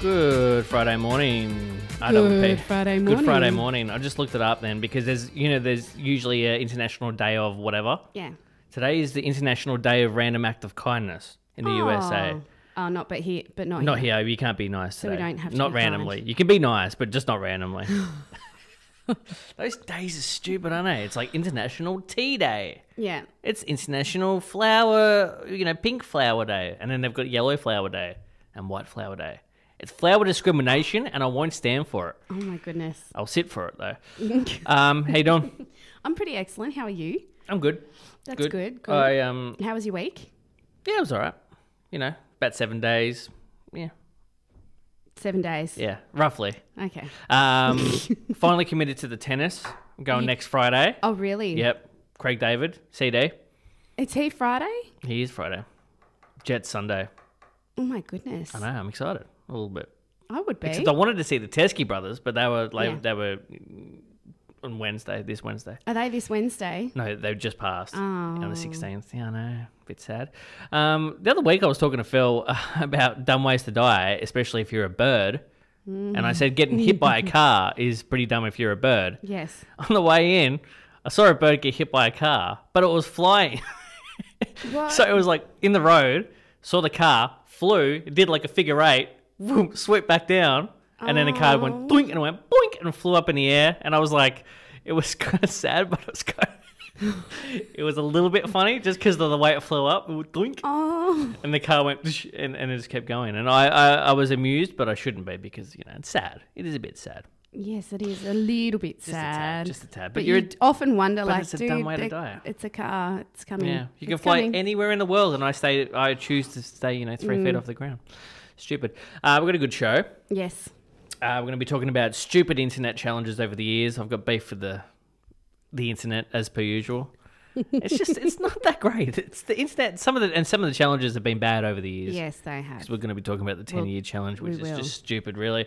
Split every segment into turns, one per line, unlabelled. Good Friday morning. I double P.
Good Friday
Good
morning.
Friday morning. I just looked it up then because there's you know there's usually an international day of whatever.
Yeah.
Today is the international day of random act of kindness in the USA.
Oh. Oh, not but here, but not,
Not here. You can't be nice
we
today.
don't have to
Not
be kind.
randomly. You can be nice, but just not randomly. Those days are stupid, aren't they? It's like International Tea Day.
Yeah.
It's International Flower, you know, Pink Flower Day, and then they've got Yellow Flower Day and White Flower Day. It's flower discrimination, and I won't stand for it.
Oh my goodness.
I'll sit for it though. um, how you doing?
I'm pretty excellent. How are you?
I'm good.
That's good. Good.
I um,
How was your week?
yeah, it was all right. You know, about seven days. Yeah,
Seven days.
yeah, roughly.
Okay.
Um, finally committed to the tennis. I'm going next Friday.
Oh really?
Yep. Craig David, CD.
It's he Friday.
He is Friday. Jets Sunday.
Oh my goodness.
I know. I'm excited a little bit.
I would be.
Except I wanted to see the Teskey brothers, but they were like
Eh? Yeah.
they were on Wednesday, this Wednesday.
Are they this Wednesday?
No, they've just passed on the sixteenth. Yeah, I know, bit sad. Um, the other week I was talking to Phil uh, about dumb ways to die, especially if you're a bird. And I said getting hit by a car is pretty dumb if you're a bird.
Yes.
On the way in, I saw a bird get hit by a car, but it was flying.
What?
so it was like in the road, saw the car, flew, it did like a figure eight, whoop, swooped back down, and then the car
Oh.
went doink and it went boink and flew up in the air. And I was like, it was kind of sad, but it was kind of, it was a little bit funny just because of the way it flew up, it went doink,
oh.
and the car went "Psh," and, and it just kept going. And I, I, I was amused, but I shouldn't be because, you know, it's sad. It is a bit sad.
Yes, it is a little bit
a tad,
sad.
just a tad.
But,
But
you
you're a-
often wonder, like,
it's a
dude,
dumb way to
the-
die.
it's a car. It's coming.
Yeah, you can
Mm. It's
fly
coming.
anywhere in the world, and I stay. I choose to stay, you know, three
Mm.
feet off the ground. Stupid. Uh, we've got a good show.
Yes.
Uh, we're going to be talking about stupid internet challenges over the years. I've got beef with the the internet as per usual. It's just it's not that great. It's the internet. Some of the and some of the challenges have been bad over the years.
Yes, they have.
'Cause We're going to be talking about the ten year challenge, which
we
is
will.
just stupid, really.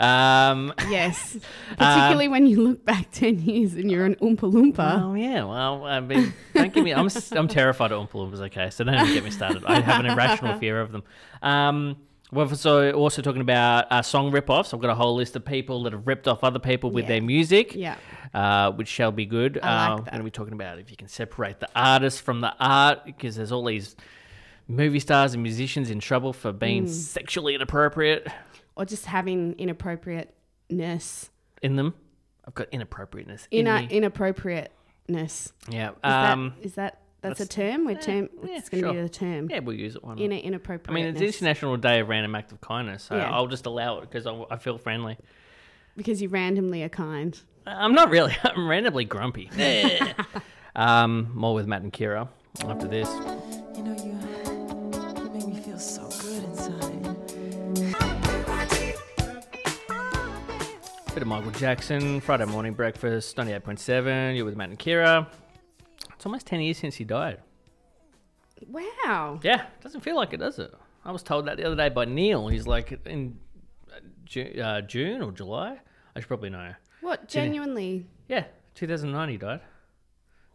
Um,
Yes, particularly when you look back ten years and you're an Oompa Loompa.
Oh yeah, well, I mean, don't give me. I'm s- I'm terrified of Oompa Loompas. Okay, so don't even get me started. I have an irrational fear of them. Um, we're also also talking about uh, song rip-offs. I've got a whole list of people that have ripped off other people with
Yeah.
their music.
Yeah.
Uh, which shall be good.
I like
uh,
that.
Going to be talking about if you can separate the artist from the art because there's all these movie stars and musicians in trouble for being
Hmm.
sexually inappropriate
or just having inappropriateness,
in them. I've got inappropriateness in,
inner
me.
inappropriateness. Is
yeah.
that-
Um,
is that that's, a term? We're term.
yeah,
it's going to
sure.
be the term.
yeah, we'll use it one.
Inner
I mean, it's
inappropriateness.
International Day of Random Act of Kindness, so
Yeah.
I'll just allow it because I, I feel friendly.
because you randomly are kind.
I'm not really. I'm randomly grumpy. um, more with Matt and Kira after this.
You know, you, you make me feel so good inside.
Bit of Michael Jackson, Friday morning breakfast, 98.7. You're with Matt and Kira. It's almost 10 years since he died.
Wow.
Yeah, doesn't feel like it, does it? I was told that the other day by Neil. He's like in uh, Ju- uh, June or July. I should probably know.
What genuinely?
Yeah, 2009 he died.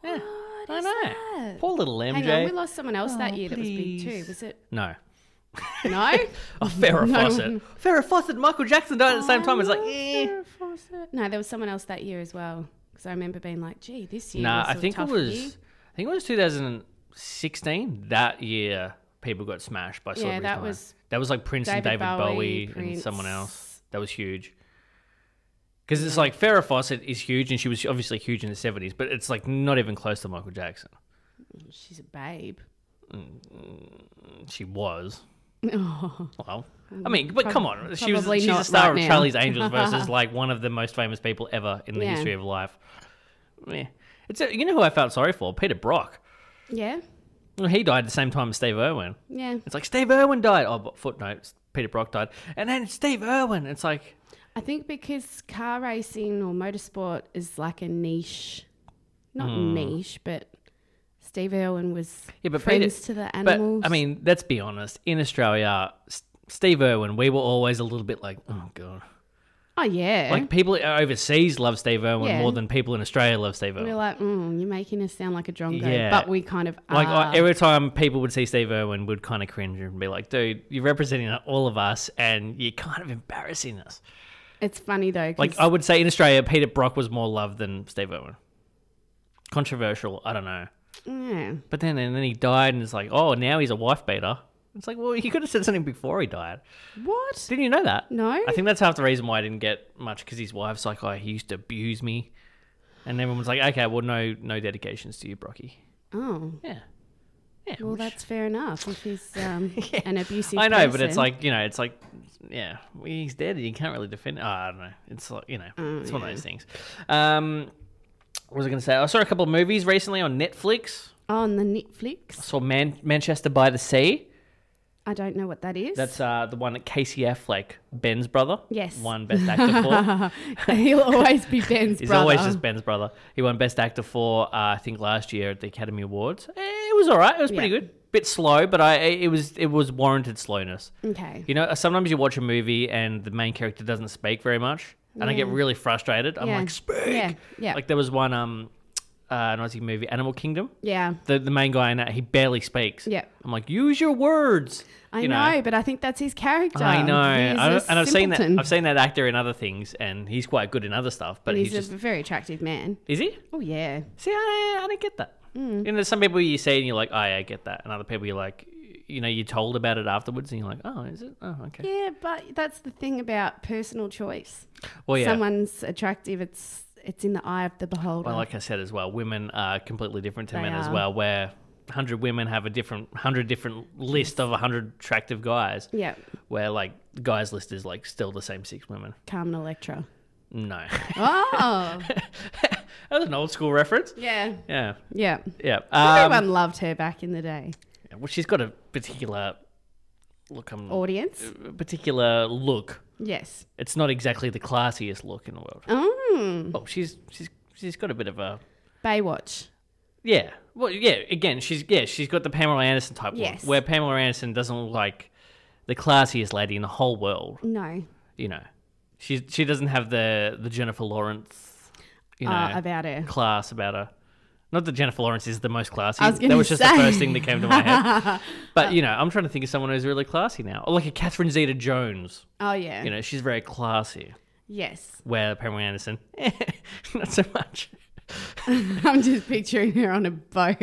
Yeah, I
is
know.
that?
Poor little MJ.
Hang on, we lost someone else that
Oh,
year that was big
please.
too. Was it?
No.
No.
Oh, Farrah
No. Oh,
Fawcett. Farrah Fawcett and Michael Jackson died at the same time. It's like, eh.
no, there was someone else that year as well. Because I remember being like, "Gee, this year."
Nah,
was
I
a
think it
tough
was.
year."
I think it was 2016. That year, people got smashed by celebrities.
that
didn't they?
was
that was like Prince and
David
David Bowie,
Bowie,
and someone
Prince.
else. That was huge. Because it's like Farrah Fawcett is huge, and she was obviously huge in the 70s, but it's like not even close to Michael Jackson.
She's a babe.
She was.
Oh,
Well, I mean, but come on, she was
probably
she's a
not
star
right
of
now.
Charlie's Angels versus like one of the most famous people ever in the
Yeah.
history of life. Yeah. It's a, you know who I felt sorry for? Peter Brock.
yeah,
Well, He died at the same time as Steve Irwin.
yeah.
It's like Steve Irwin died. Oh, but footnotes. Peter Brock died, and then Steve Irwin. It's like
I think because car racing or motorsport is like a niche, not niche, but Steve Irwin was
Hmm. yeah, but
friends
Peter,
to the
But
animals.
I mean, let's be honest. In Australia, S- Steve Irwin, we were always a little bit like, oh god,
Oh yeah.
Like people overseas love Steve Irwin
Yeah.
more than people in Australia love Steve Irwin.
we're like, mm, you're making us sound like a drongo,
Yeah.
but we kind of
Like
are.
I, every time people would see Steve Irwin, would kind of cringe and be like, "Dude, you're representing all of us, and you're kind of embarrassing us."
it's funny though. 'cause-
Like I would say in Australia, Peter Brock was more loved than Steve Irwin. Controversial, I don't know.
yeah.
But then and then he died, and it's like, oh, now he's a wife beater. It's like, well, he could have said something before he died.
What?
Didn't you know that?
No.
I think that's half the reason why I didn't get much because his wife's like, oh, he used to abuse me, and everyone's like, okay, well, no, no dedications to you, Brocky.
oh.
Yeah. Yeah.
Well,
which-
that's fair enough. If he's um, an abusive,
I know, but it's
person.
like you know, it's like yeah, well, he's dead. You can't really defend. Oh, I don't know. It's like you know,
Mm,
it's one of those things. Um, what was I going to say? I saw a couple of movies recently on Netflix.
on the Netflix.
I saw Man- Manchester by the Sea.
I don't know what that is.
That's uh, the one that Casey Affleck, Ben's brother,
Yes.
won Best Actor for.
He'll always be Ben's
He's
brother.
always just Ben's brother. He won Best Actor for uh, I think last year at the Academy Awards. Eh, It was all right. It was pretty
Yeah.
good. Bit slow, but I it was it was warranted slowness.
okay.
You know, sometimes you watch a movie and the main character doesn't speak very much, and I get really frustrated. I'm
Yeah.
like, speak.
Yeah, yeah.
Like there was one um, uh, Nazi movie, Animal Kingdom.
yeah,
The the main guy in that he barely speaks.
Yeah.
I'm like, use your words.
I
you
know, but I think that's his character.
I know, I
He's a
don't- and I've seen that.
simpleton.
I've seen that actor in other things, and he's quite good in other stuff. But
he's,
he's, just
a very attractive man.
is he?
Oh yeah,
See, I, I don't get that.
Hmm.
You know, there's some people you see and you're like, oh, yeah, I get that. And other people you're like, you know, you're told about it afterwards and you're like, oh, is it? Oh, okay.
yeah, but that's the thing about personal choice.
Well, Oh, yeah.
Someone's attractive. It's it's in the eye of the beholder.
well, like I said as well, women are completely different to
They
men as
are.
well, where 100 women have a different, 100 different list of 100 attractive guys,
yeah,
where like the guys list is like still the same six women.
Carmen Electra.
No.
Oh
that was an old school reference.
yeah,
Yeah.
yeah.
Yeah. Um,
Everyone loved her back in the day.
well, she's got a particular look, I'm,
Oh. Audience,
a particular look
yes.
it's not exactly the classiest look in the world.
Mm.
Well, she's she's she's got a bit of a
Baywatch.
yeah. Well, yeah. Again, she's yeah she's got the Pamela Anderson type
Yes.
look, where Pamela Anderson doesn't look like the classiest lady in the whole world.
No,
You know, she she doesn't have the the Jennifer Lawrence you know
uh, about her.
class about her. Not that Jennifer Lawrence is the most classy.
I was
that
gonna
was just the
say.
first thing that came to my head. But you know, I'm trying to think of someone who's really classy now, or like a Catherine Zeta-Jones.
Oh yeah.
You know, she's very classy.
Yes,
where Pamela Anderson, not so much.
I'm just picturing her on a boat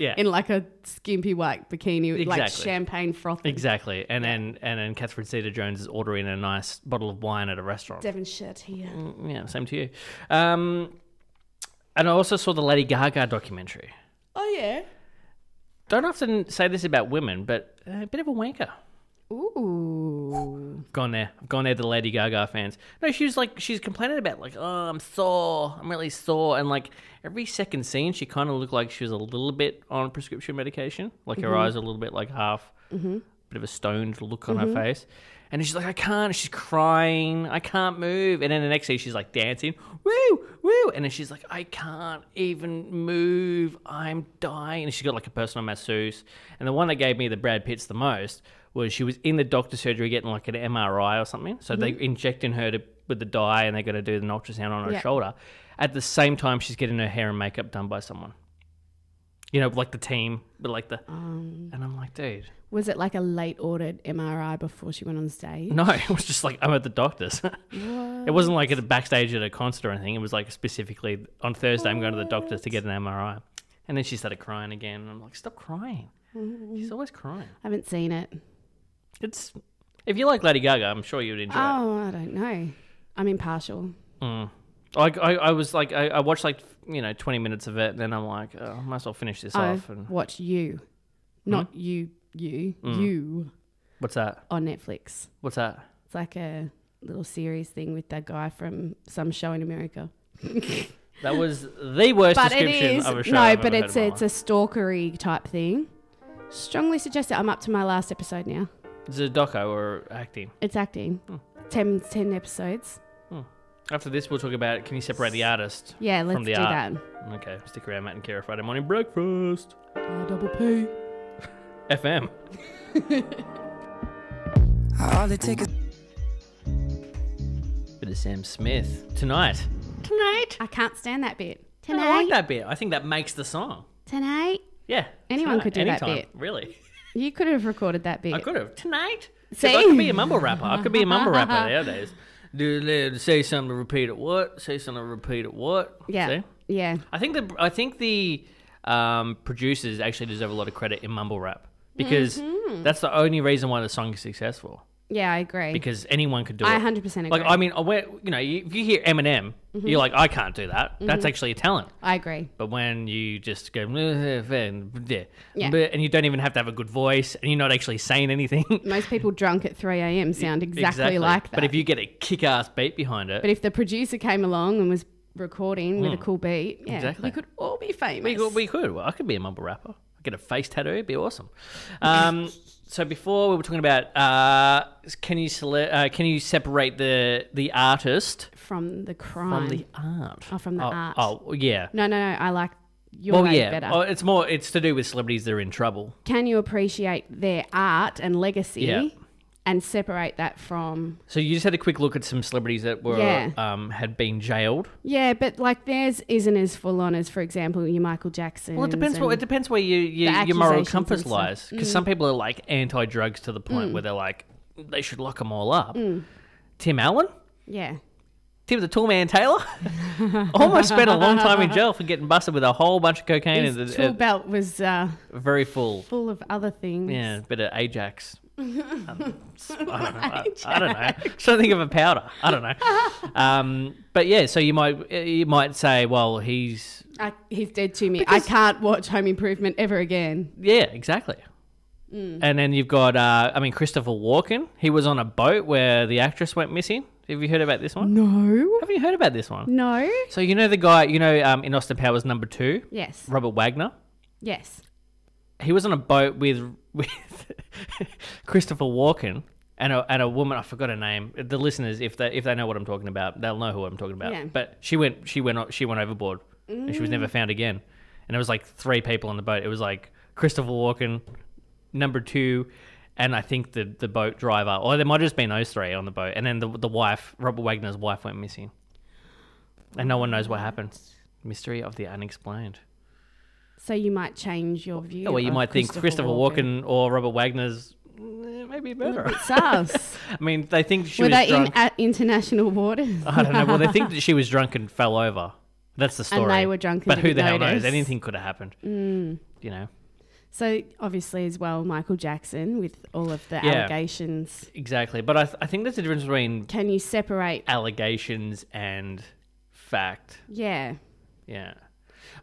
Yeah.
in like a skimpy white bikini, with like
Exactly.
champagne frothing.
Exactly, and then and then Catherine Zeta Jones is ordering a nice bottle of wine at a restaurant.
Devonshire here.
Mm, yeah, same to you. Um, and I also saw the Lady Gaga documentary.
Oh yeah.
Don't often say this about women, but uh, a bit of a wanker.
Ooh.
Gone there, gone there to the Lady Gaga fans. No, she was like, she's complaining about like, oh, I'm sore, I'm really sore, and like every second scene, she kind of looked like she was a little bit on prescription medication, like her eyes are a little bit like half, bit of a stoned look on her face, and she's like, I can't, she's crying, I can't move, and then the next scene, she's like dancing, woo, woo, and then she's like, I can't even move, I'm dying, and she got like a personal masseuse, and the one that gave me the Brad Pitts the most was she was in the doctor's surgery getting like an MRI or something. So they're injecting her to, with the dye and they're going to do an ultrasound on her
Yeah.
shoulder. At the same time, she's getting her hair and makeup done by someone. You know, like the team, but like the. and I'm like, dude,
Um, Was it like a late ordered MRI before she went on stage?
no, it was just like, I'm at the doctor's.
Mm-hmm.
it wasn't like at a backstage at a concert or anything. It was like specifically on Thursday, I'm going to the doctor's to get an MRI. And then she started crying again. And I'm like, stop crying. She's always crying.
I haven't seen it.
It's. If you like Lady Gaga, I'm sure you'd enjoy it.
Oh, I don't know. I'm impartial.
I, I, I was Mm. like, I, I watched like, you know, 20 minutes of it, and then I'm like, oh, I might as well finish this
I
off. And
watch you, not
Mm.
you, you, you
What's that?
on Netflix.
What's that?
It's like a little series thing with that guy from some show in America.
That was the worst
but it
description
is
of a show.
no,
I've
but
ever
it's
heard in my
it's a stalkery type thing. Strongly suggest it. I'm up to my last episode now.
life. It's a doco or acting.
It's acting.
Hmm.
Ten, 10 episodes.
After this, we'll talk about can you separate the artist?
Yeah, let's
from the
do
art. Okay, stick around, Matt and Kara Friday morning breakfast.
that. double P.
FM.
All it takes is
Bit of Sam Smith. Tonight. Tonight.
I can't stand that bit.
I don't like
Tonight,
that bit. I think that makes the song.
tonight.
Yeah.
Anyone
tonight,
could do that
anytime,
bit.
Really.
You could have recorded that bit.
I could have. Tonight. 'Cause I
See?
could be a mumble rapper. I could be a mumble rapper nowadays. Do, do- say something to repeat it what? Say something to repeat it what?
Yeah,
See?
yeah.
I think the I think the um, producers actually deserve a lot of credit in mumble rap because
Mm-hmm.
that's the only reason why the song is successful
Yeah, I agree.
because anyone could do
I
it.
100% agree. Mm-hmm.
Like I mean, aware, you know, you- if you hear Eminem, you're like, I can't do that. That's actually a talent.
I agree.
But when you just go yeah,
Yeah.
and you don't even have to have a good voice, and you're not actually saying anything
Most people drunk at 3 a.m. sound exactly, like that.
But if you get a kick-ass beat behind it,
But if the producer came along and was recording with a cool beat, yeah,
Hmm. Exactly.
we could all be famous.
We could, we could. Well, I could be a mumble rapper. I get a face tattoo. It'd be awesome. Um, so before we were talking about uh, can you sele- uh, can you separate the the artist
from the crime.
from the art?
Oh, from the
oh,
art.
Oh, yeah.
No, no, no. I like your
Well,
way
yeah.
better.
Oh, it's more. It's to do with celebrities that are in trouble.
Can you appreciate their art and legacy
Yeah.
and separate that from?
So you just had a quick look at some celebrities that were
Yeah.
um, had been jailed.
Yeah, but like theirs isn't as full on as, for example, your Michael Jackson.
Well, it depends. What, it depends where you, you,
The
your moral
accusations
compass
and stuff. Mm.
lies. Because some people are like anti-drugs to the point where they're like they should lock them all up.
Mm.
Tim Allen.
Yeah,
Tim the Tool Man Taylor almost spent a long time in jail for getting busted with a whole bunch of cocaine
his
and a,
tool belt was uh,
a- very full.
full of other things.
Yeah, a bit of Ajax. Um, s- I don't know. I, I don't know. I'm trying to think of a powder. I don't know. Um, but yeah, so you might you might say, well, he's
I, he's dead to me. I can't watch Home Improvement ever again.
yeah, exactly. And then you've got, uh, I mean, Christopher Walken. He was on a boat where the actress went missing. Have you heard about this one?
No,
Have you heard about this one?
no.
So you know the guy, you know, um, in Austin Powers number two,
Yes,
Robert Wagner.
yes.
he was on a boat with with Christopher Walken and a, and a woman I forgot her name. The listeners, if they if they know what I'm talking about, they'll know who I'm talking about.
Yeah.
But she went she went o- she went overboard and she was never found again. And it was like three people on the boat. It was like Christopher Walken, number two, and I think the the boat driver, or there might have just been those three on the boat. And then the the wife, Robert Wagner's wife, went missing, and no one knows what happened. Mystery of the unexplained.
So you might change your view.
Yeah, well, you
of
might think Christopher Walken, or Robert Wagner's eh, maybe better.
Sus.
I mean, they think she
Were
was
they
drunk.
in at international waters?
I don't know. Well, they think that she was drunk and fell over. That's the story.
they were drunk and
but who
didn't
the hell
notice.
knows? Anything could have happened.
Mm.
You know,
So obviously, as well, Michael Jackson with all of the
Yeah.
allegations.
exactly. But I, th- I think there's a difference between
Can you separate?
Uh, allegations and fact.
Yeah,
Yeah.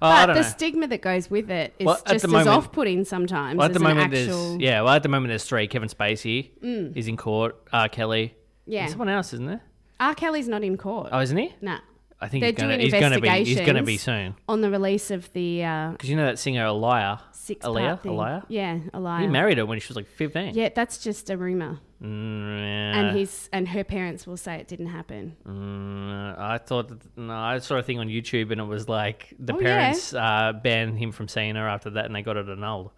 Oh, I
but the
don't know.
stigma that goes with it is
Well, at
just
the
as
moment-
off-putting sometimes
well, at
as
the
an
moment,
actual. Mm.
there's yeah. Well, at the moment, there's three. Kevin Spacey is in court. R. Kelly.
Yeah.
And someone else, isn't there?
R. Kelly's not in court.
Oh, isn't he?
Nah,
I think
They're
he's gonna,
doing
he's gonna be he's gonna be
investigations.
soon.
on the release of the uh,
Because you know that singer Aliyah? Aliyah?
six-part thing.
Aliyah?
Yeah, Aliyah.
He married her when she was like 15.
Yeah, that's just a rumor,
Mm, yeah.
and he's and her parents will say it didn't happen.
Mm, I thought, that- no, I saw a thing on YouTube and it was like the
Oh, yeah.
parents uh, banned him from seeing her after that and they got it annulled.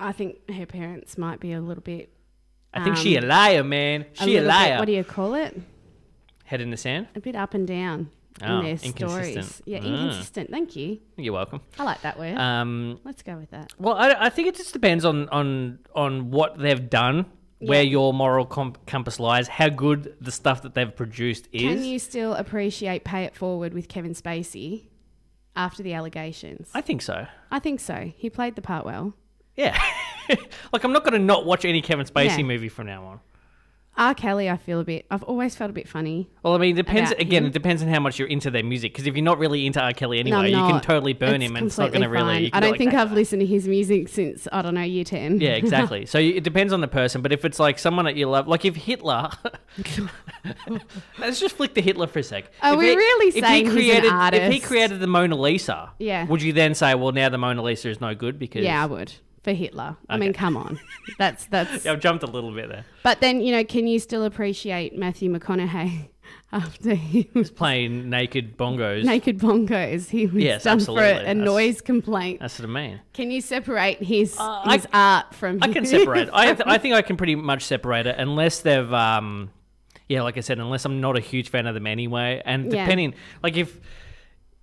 I think her parents might be a little bit.
I think she a liar, man.
Um, a
She a
little bit-
liar.
what do you call it?
Head in the sand.
a bit up and down
Oh,
in their
inconsistent.
stories. Yeah,
Ah.
inconsistent. Thank you.
You're welcome.
I like that word.
Um,
Let's go with that.
well, I, I think it just depends on on on what they've done, where your moral comp- compass lies, how good the stuff that they've produced is.
Can you still appreciate Pay It Forward with Kevin Spacey after the allegations?
I think so.
I think so. He played the part well.
Yeah. like I'm not going to not watch any Kevin Spacey
Yeah.
movie from now on.
R. Kelly, I feel a bit. I've always felt a bit funny.
Well, I mean, it depends.
About
again,
him.
it depends on how much you're into their music. Because if you're not really into R. Kelly anyway, you can
not.
totally burn
It's
him, and it's not going to
completely
really.
fine.
you can go
I don't
like
think
that
I've
guy.
listened to his music since I don't know year ten.
Yeah, exactly. so you- it depends on the person. But if it's like someone that you love, like if Hitler, let's just flick to Hitler for a sec.
Are
If
we really
if
saying he's an
created, If he
artist?
created the Mona Lisa,
Yeah.
would you then say, well, now the Mona Lisa is no good because
Yeah, I would for Hitler. I mean,
Okay.
come on. That's that's.
Yeah, I've jumped a little bit there.
But then you know, can you still appreciate Matthew McConaughey after he was
Playing naked bongos.
Naked Bongos. He was
Yes,
done
absolutely.
for a- a,
That's-
noise complaint.
That's what I mean.
Can you separate his
Uh,
his art from?
I can
his-
separate. I I think I can pretty much separate it unless they've um, yeah, like I said, unless I'm not a huge fan of them anyway, and
Yeah.
depending, like if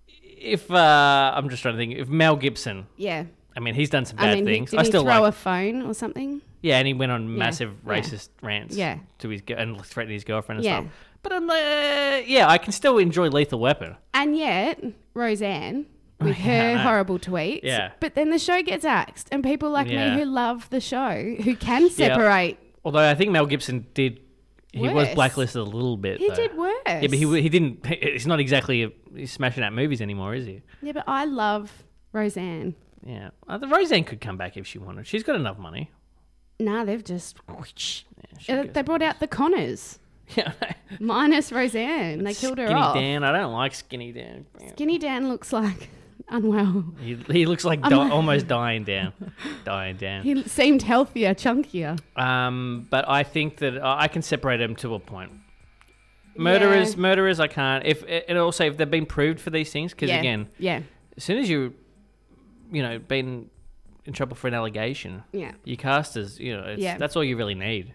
if uh, I'm just trying to think, if Mel Gibson,
Yeah.
I mean, he's done some bad
I mean, he-
things.
did
I
he
still
throw
like,
a phone or something?
yeah, and he went on massive
yeah.
racist rants,
Yeah.
to his gi- and threatened his girlfriend and
Yeah.
stuff. But I'm like, uh, yeah, I can still enjoy Lethal Weapon.
And yet, Roseanne, with
Oh, I
her
know.
horrible tweets.
Yeah.
But then the show gets axed, and people like
Yeah.
me who love the show, who can separate,
Although I think Mel Gibson did, he was
Worse.
blacklisted a little bit.
he
though.
did worse.
Yeah, but he he didn't. It's not exactly uh, he's smashing out movies anymore, is he?
Yeah, but I love Roseanne.
Yeah, uh, the Roseanne could come back if she wanted. She's got enough money.
Nah, they've just.
She
Uh,
goes-
they brought out the Connors,
yeah, I know.
minus Roseanne. They killed her
Skinny
off.
Dan. I don't like Skinny Dan.
Skinny Dan looks like unwell.
He, he looks like di- almost dying Dan. dying Dan.
He seemed healthier, chunkier.
Um, but I think that uh, I can separate them to a point. Murderers,
Yeah.
murderers. I can't. If and also if they've been proved for these things, because
yeah.
again,
yeah,
as soon as you, you know, been in trouble for an allegation,
yeah,
your casters, you know, it's,
Yeah.
that's all you really need.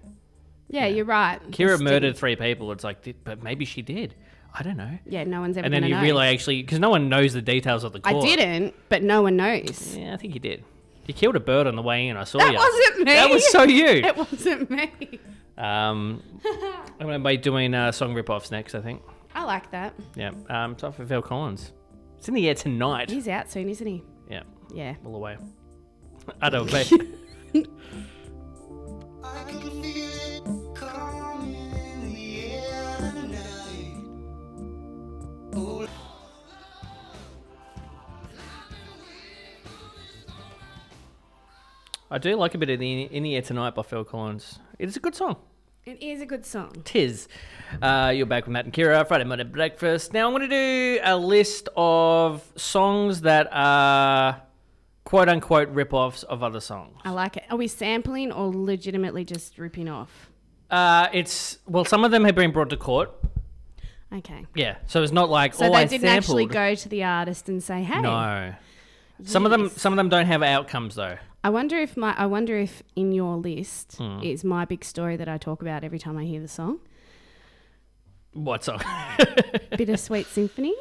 yeah. You're right.
Kira
Just
murdered three people. It's like, "Did- but maybe she did. I don't know.
didn't- Yeah, no one's ever.
And then
gonna
you
know.
realize actually, because no one knows the details of the
I
court.
didn't, but no one knows.
Yeah, I think you did. You killed a bird on the way in. I saw
That
you.
wasn't me.
Oh, That was so you.
It wasn't me.
Um, I'm going to be doing uh, song rip-offs next. I think.
I like that.
Yeah. Um, time for Phil Collins. It's in the air tonight.
He's out soon, isn't he?
Yeah.
Yeah.
All the way. I don't know.
I can feel it coming in the air tonight.
I do like a bit of the in the air tonight by Phil Collins. It's a good song.
It is a good song.
Tis. Uh, you're back with Matt and Kira, Friday Morning Breakfast. Now I'm going to do a list of songs that are quote unquote rip offs of other songs.
I like it. Are we sampling or legitimately just ripping off?
Uh, it's, well, some of them have been brought to court.
Okay.
Yeah. So it's not like,
So
oh,
they
I
didn't
sampled.
actually go to the artist and say, "Hey,
No. Some of them,
Yes.
some of them don't have outcomes though.
I wonder if my I wonder if in your list
Hmm.
is my big story that I talk about every time I hear the song,
What song?
Bittersweet Symphony.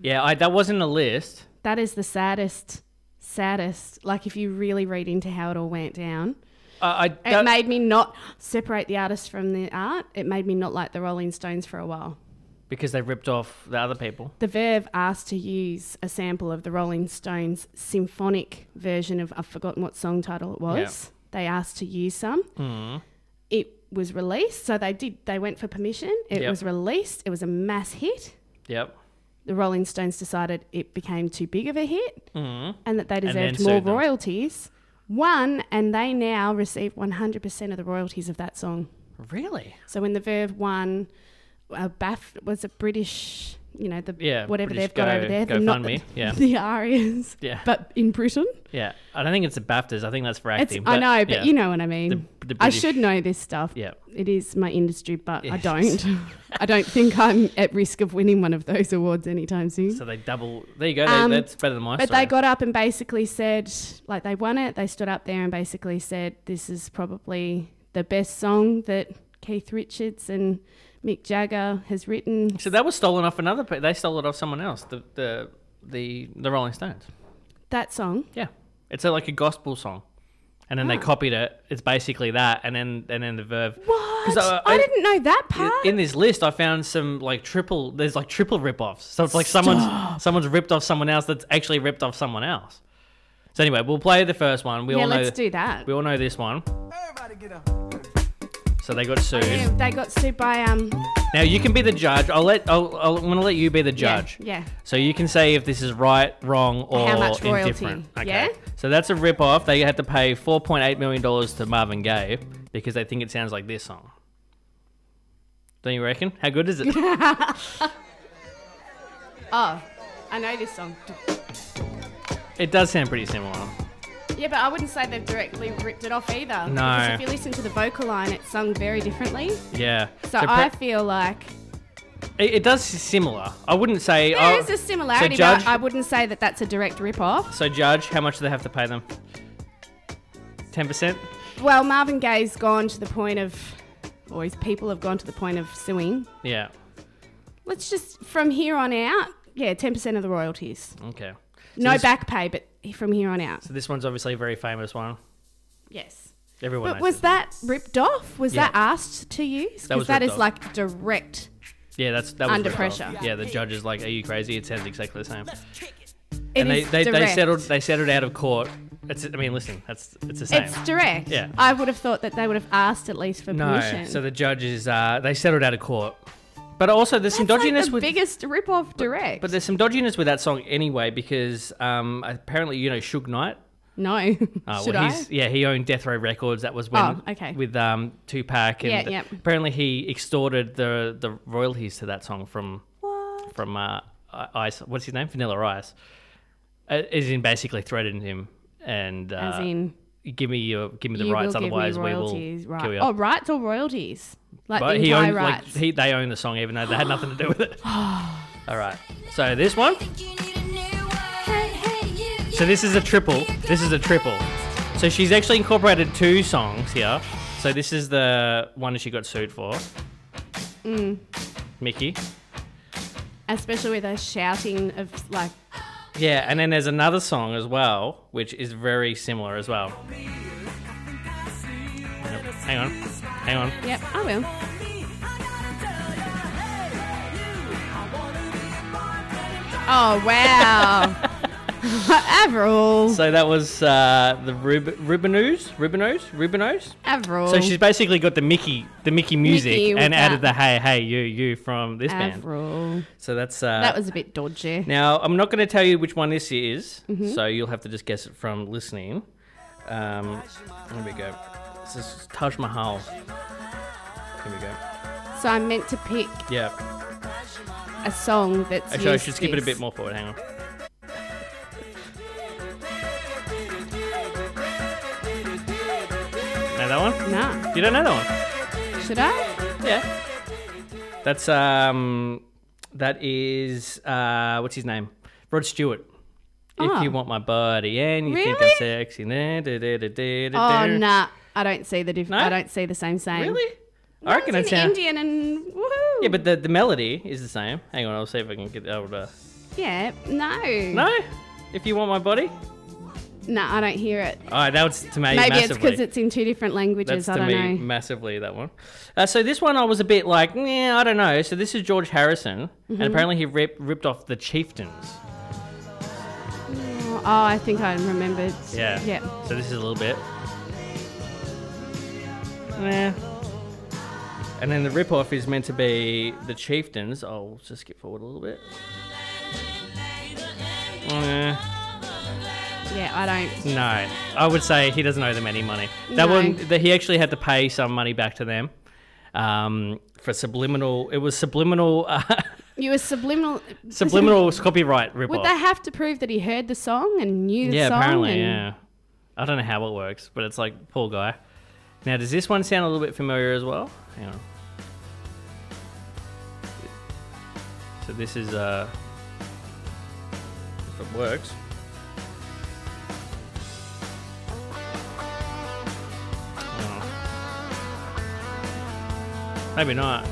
yeah, I, that wasn't a list.
That is the saddest, saddest. Like if you really read into how it all went down,
I I
it
don't-
made me not separate the artist from the art. It made me not like the Rolling Stones for a while.
because they ripped off the other people.
The Verve asked to use a sample of the Rolling Stones symphonic version of I've forgotten what song title it was. They asked to use some. It was released, so they did. They went for permission. It
Yep.
was released. It was a mass hit.
Yep.
The Rolling Stones decided it became too big of a hit, and that they
Mm-hmm. then
deserved
sued
more
them.
royalties. One, and they now receive 100% of the royalties of that song.
Really?
So when the Verve won, uh, BAF was a British, you know, the
Yeah,
whatever
British
they've got
Go-
over there, the, not the,
GoFundMe, yeah.
the Arias,
Yeah.
but in Britain.
Yeah, I don't think it's the BAFTAs. I think that's for
It's,
acting.
I know, but
yeah.
you know what I mean.
The- the
I
British-
should know this stuff.
Yeah.
It is my industry, but I
Yes.
don't. I don't think I'm at risk of winning one of those awards anytime soon.
So they double. There you go. They,
Um,
that's better than my
But
story.
they got up and basically said, like they won it. They stood up there and basically said, "This is probably the best song that Keith Richards and Mick Jagger has written."
So that was stolen off another. pe- They stole it off someone else. The the the the Rolling Stones.
That song,
Yeah, it's a, like a gospel song, and then they
Ah.
copied it. It's basically that, and then and then the Verve.
What?
'Cause, uh,
I,
I-
didn't know that
In-
part.
In this list, I found some like triple. There's like triple rip-offs. So it's like someone's someone's ripped off someone else that's actually ripped off someone else. So anyway, we'll play the first one. We
yeah,
all know.
let's do that.
We all know this one.
Everybody get up.
So they got sued.
Yeah, they got sued by um.
Now you can be the judge. I'll let. I'll, I'll, I'm gonna let you be the judge.
Yeah.
So you can say if this is right, wrong, or
How much royalty,
indifferent. Okay.
yeah?
So that's a rip off. They had to pay 4.8 million dollars to Marvin Gaye because they think it sounds like this song. Don't you reckon? How good is it?
yeah. Oh, I know this song.
it does sound pretty similar.
Yeah, but I wouldn't say they've directly ripped it off either. No. Because if you listen to the vocal line, it's sung very differently.
Yeah.
So,
pre-
I feel like
it, it does s- similar. I wouldn't say.
there
oh,
is a similarity,
so judge,
but I wouldn't say that that's a direct rip-off.
so judge, how much do they have to pay them? Ten percent.
Well, Marvin Gaye's gone to the point of or his people have gone to the point of suing,
Yeah.
let's just from here on out, yeah, ten percent of the royalties.
Okay. So
No
this,
back pay, but from here on out,
So this one's obviously a very famous one.
yes.
Everyone
But
knows.
was that ripped off? Was
Yeah.
that asked to use?
That was
Because that
ripped
is
off.
like direct.
yeah, that's that was
Under
ripped off.
pressure.
Yeah, the judge is like, "Are you crazy? It sounds exactly the same."
It
and they,
is
they, they
direct.
settled they settled out of court. It's I mean, listen, that's it's the same.
It's direct.
Yeah.
I would have thought that they would have asked at least for
no,
permission.
so the judge is uh, they settled out of court. But also, there's some
That's
dodginess
like the
with
biggest rip off direct.
But there's some dodginess with that song anyway because um, apparently you know Suge Knight.
no.
Uh,
Should
well,
I?
he's, Yeah, he owned Death Row Records. That was when
Oh, okay.
with um, Tupac, and
Yeah, yep.
apparently he extorted the the royalties to that song from from uh, I- Ice. What's his name? Vanilla Ice. Uh, As in, basically threatened him and uh,
As in,
give me your give me the
you
rights,
will
otherwise
give me royalties,
we will
right?
kill you.
Oh, rights or royalties? Like
But
the
he
entire
owned like
rights.
he, they own the song even though they had nothing to do with it. All right, so this one. So this is a triple. This is a triple. So she's actually incorporated two songs here. So this is the one that she got sued for.
Mm.
Mickey.
Especially with a shouting of like,
Yeah, and then there's another song as well, which is very similar as well. Hang on. Hang on.
yep, I will. Oh wow, Avril,
So that was uh, the Rub- Rubinos? Rubinos? Rubinos?
Avril.
So she's basically got the Mickey, the Mickey music,
Oh. Mickey with
and added
that.
the Hey Hey You You from this band.
Avril.
So that's uh,
That was a bit dodgy.
Now, I'm not going to tell you which one this is, so you'll have to just guess it from listening. Um, here we go. This is Taj Mahal. Here we go.
So I'm meant to pick
Yeah.
a song that's.
Actually, I
used
should skip it a
this.
bit more forward. Hang on. Know that one?
Nah,
You don't know that
should I?
one? Yeah. That's um, that is uh, what's his name? Rod Stewart. If
Oh.
you want my body and you think I'm
Really?
sexy, nah, da, da, da, da, da,
Oh
da.
nah, I don't see the diff.
No?
I don't see the same same.
Really? I reckon
It's
it's
an
sound.
Indian and woohoo.
Yeah, but the, the melody is the same. Hang on, I'll see if I can get able to.
Yeah, no.
No, if you want my body.
No, I don't hear it.
All right, that was to me
Maybe it's
massively.
because it's in two different languages.
That's
I
to
don't
me
know.
massively that one. Uh, so this one I was a bit like, yeah, I don't know. So this is George Harrison,
Mm-hmm.
and apparently he rip, ripped off the Chieftains.
Oh, I think I remembered.
Mm. Yeah.
Yeah.
So this is a little bit. Nah. And then the rip-off is meant to be the Chieftains. I'll just skip forward a little bit. Nah.
Yeah, I don't.
No, I would say he doesn't owe them any money. That
No.
one, that he actually had to pay some money back to them um, for subliminal. It was subliminal, uh,
You were subliminal.
subliminal copyright ripoff.
Would they have to prove that he heard the song and knew the
yeah,
song?
apparently,
and-
yeah. I don't know how it works, but it's like poor guy. Now, does this one sound a little bit familiar as well? Hang on. So this is uh, if it works. Oh. Maybe not.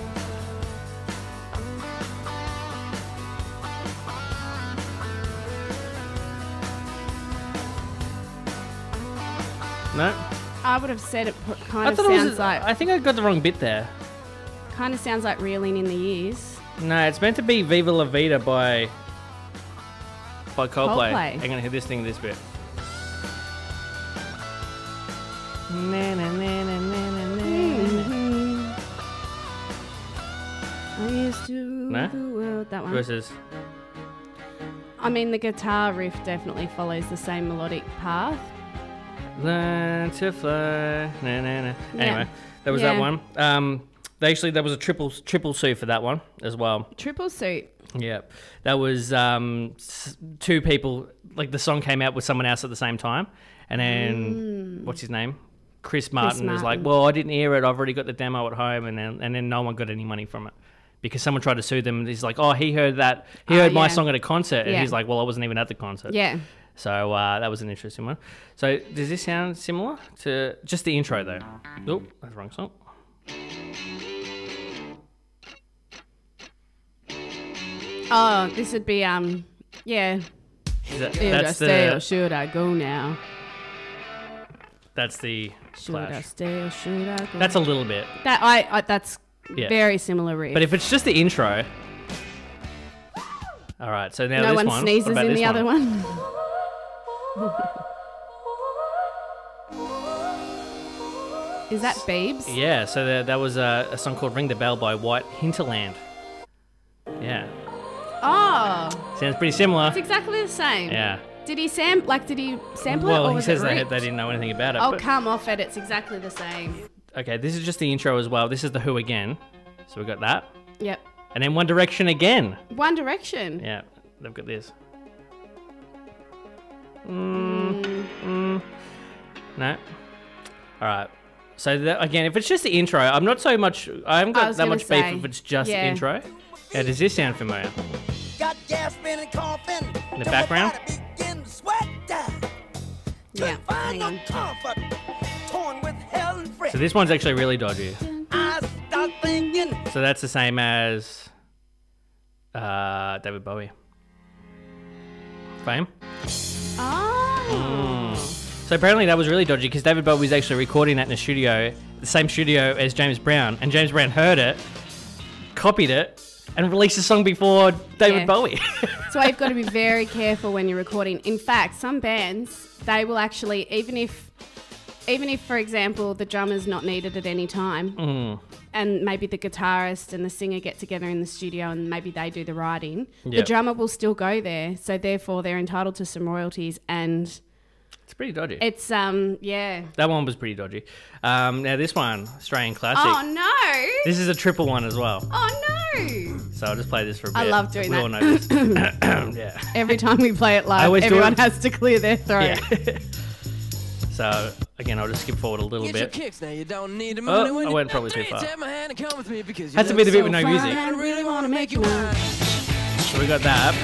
No.
I would have said it put- kind
I
of
thought it
sounds
was.
like
I think I got the wrong bit there.
kind of sounds like reeling in the ears.
No, it's meant to be Viva La Vida by by Coldplay.
Coldplay.
I'm gonna hear this thing this bit. Na, na, na, na, na, na, na, na.
I used to rule
No?
the world. That one.
Versus
I mean, the guitar riff definitely follows the same melodic path.
Learn to fly. Na, na, na.
Yeah.
Anyway, that was that
Yeah.
one. Um, they actually that was a triple triple sue for that one as well.
Triple suit.
Yeah, that was um, s- two people. Like the song came out with someone else at the same time, and then what's his name? Chris Martin, was like,
Mm. Martin.
"Well, I didn't hear it. I've already got the demo at home," and then and then no one got any money from it because someone tried to sue them. And he's like, "Oh, he heard that. He
Oh,
heard my
yeah.
song at a concert," and
Yeah.
he's like, "Well, I wasn't even at the concert."
Yeah.
So uh, that was an interesting one. So does this sound similar to just the intro though? Nope, that's the wrong song.
Oh, this would be um, yeah.
Is that-
Should I
that's
stay or
the
should I go now?
that's the
Should I
clash.
stay or should I go?
That's a little bit,
that I, I that's
Yeah.
very similar riff.
but if it's just the intro. All right, so now
no
this
one
one. What
sneezes
about
in
this
the other one. Is that Babes?
Yeah, so there, that was a, a song called "Ring the Bell" by White Hinterland. Yeah,
Oh,
sounds pretty similar.
it's exactly the same.
Yeah.
Did he sam like did he sample it?
Well,
or
he
was
says
it
they,
ripped?
they didn't know anything about it.
Oh,
but-
come off it. It's exactly the same.
okay, this is just the intro as well. This is the Who again. So we got that,
Yep.
and then One Direction again.
One Direction.
Yeah, they've got this. Mm, mm, no. All right. So that, again, if it's just the intro, I'm not so much. I haven't
I
got
was
that
gonna
much
say,
beef if it's just the
yeah.
intro. Yeah, does this sound familiar?
Got gasping and coughing. In
the background?
Begin to sweat.
Yeah.
Couldn't Find
Hang
no
on.
comfort. Torn with hell and fret.
So this one's actually really dodgy.
I start thinking.
So that's the same as uh, David Bowie. Fame.
Oh.
So apparently that was really dodgy because David Bowie was actually recording that in a studio, the same studio as James Brown, and James Brown heard it, copied it, and released the song before David
Yeah.
Bowie.
So you've got to be very careful when you're recording. In fact, some bands they will actually even if even if for example the drummer's not needed at any time
Mm.
and maybe the guitarist and the singer get together in the studio and maybe they do the writing, the
Yep.
drummer will still go there. So therefore they're entitled to some royalties and
it's pretty dodgy.
it's um yeah.
that one was pretty dodgy. Um, now this one, Australian classic.
Oh no.
This is a triple one as well.
Oh no!
So I'll just play this for a bit.
I love doing
we
that.
all know this. yeah.
Every time we play it
I
live,
always do
everyone
it-
has to clear their throat.
Yeah. so again, I'll just skip forward a little
Get your
bit.
kicks now. You don't need them.
Oh,
only when
I
you
went
got
probably too
three.
far.
Take my hand and come with me because you
Has to
look
be the bit
so
with no
fine.
music.
I really want to make you
Oh,
mine.
So we got that.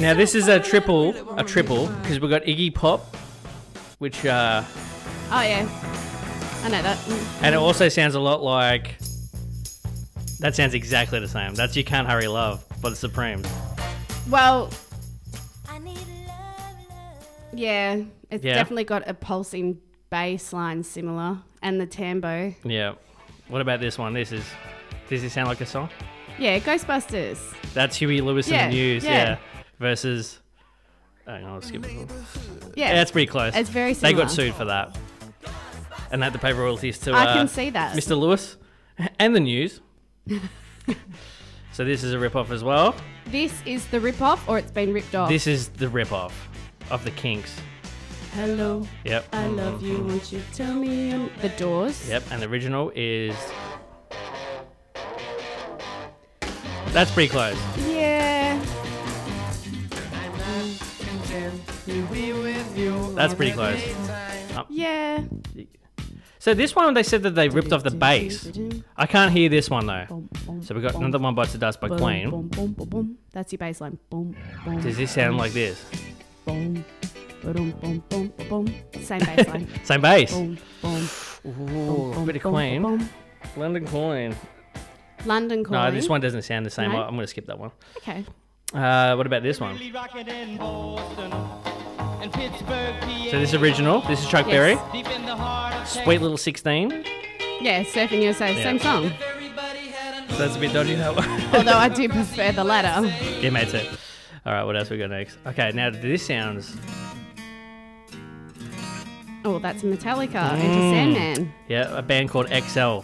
Now this is a triple, a triple, because we got Iggy Pop, which uh,
Oh yeah, I know that. Mm.
and it also sounds a lot like. That sounds exactly the same. That's "You Can't Hurry Love" by the Supremes.
Well,
I need love, love.
Yeah, it's
Yeah.
definitely got a pulsing bass line similar, and the tempo.
Yeah. What about this one? This is. Does it sound like a song?
Yeah, Ghostbusters.
That's Huey Lewis
Yeah,
in the News.
yeah.
Yeah. Versus. Hang on, I'll skip. it.
Yeah,
Yeah, that's pretty close.
It's very
They got
similar.
sued for that, and they had to pay royalties to.
I
uh,
can see that.
Mr. Lewis and the news. so this is a rip-off as well.
This is the rip-off, or it's been ripped off.
This is the rip-off of the Kinks.
Hello,
Yep.
I love you. Won't you tell me? Um, I'm... The Doors.
Yep, and the original is That's pretty close.
Yeah.
That's pretty close.
Yeah.
So this one they said that they ripped off the bass. I can't hear this one though. So we got another one bites the dust by Queen.
Boom, boom, boom, boom. That's your bass line. Boom, boom,
Does this sound like this?
boom, boom, boom, boom, boom. Same bass line.
Same bass.
boom, boom,
Ooh,
boom,
bit of
boom,
Queen.
boom.
London Coin.
London calling.
No, this one doesn't sound the same.
No?
I- I'm gonna skip that one.
Okay.
Uh, what about this one?
Rocket in Boston and Pittsburgh, PA.
So this is original. This is Chuck
Yes.
Berry.
Deep in the heart of
Sweet Little 16.
Yeah, Surfing USA,
Yeah.
same song.
Texas, everybody had a
So that's a bit dodgy, that one.
Although I do prefer the latter.
yeah, mate, it. All right, what else we got next? Okay, now this sounds...
Oh, that's Metallica into
Mm.
Sandman.
Yeah, a band called XL.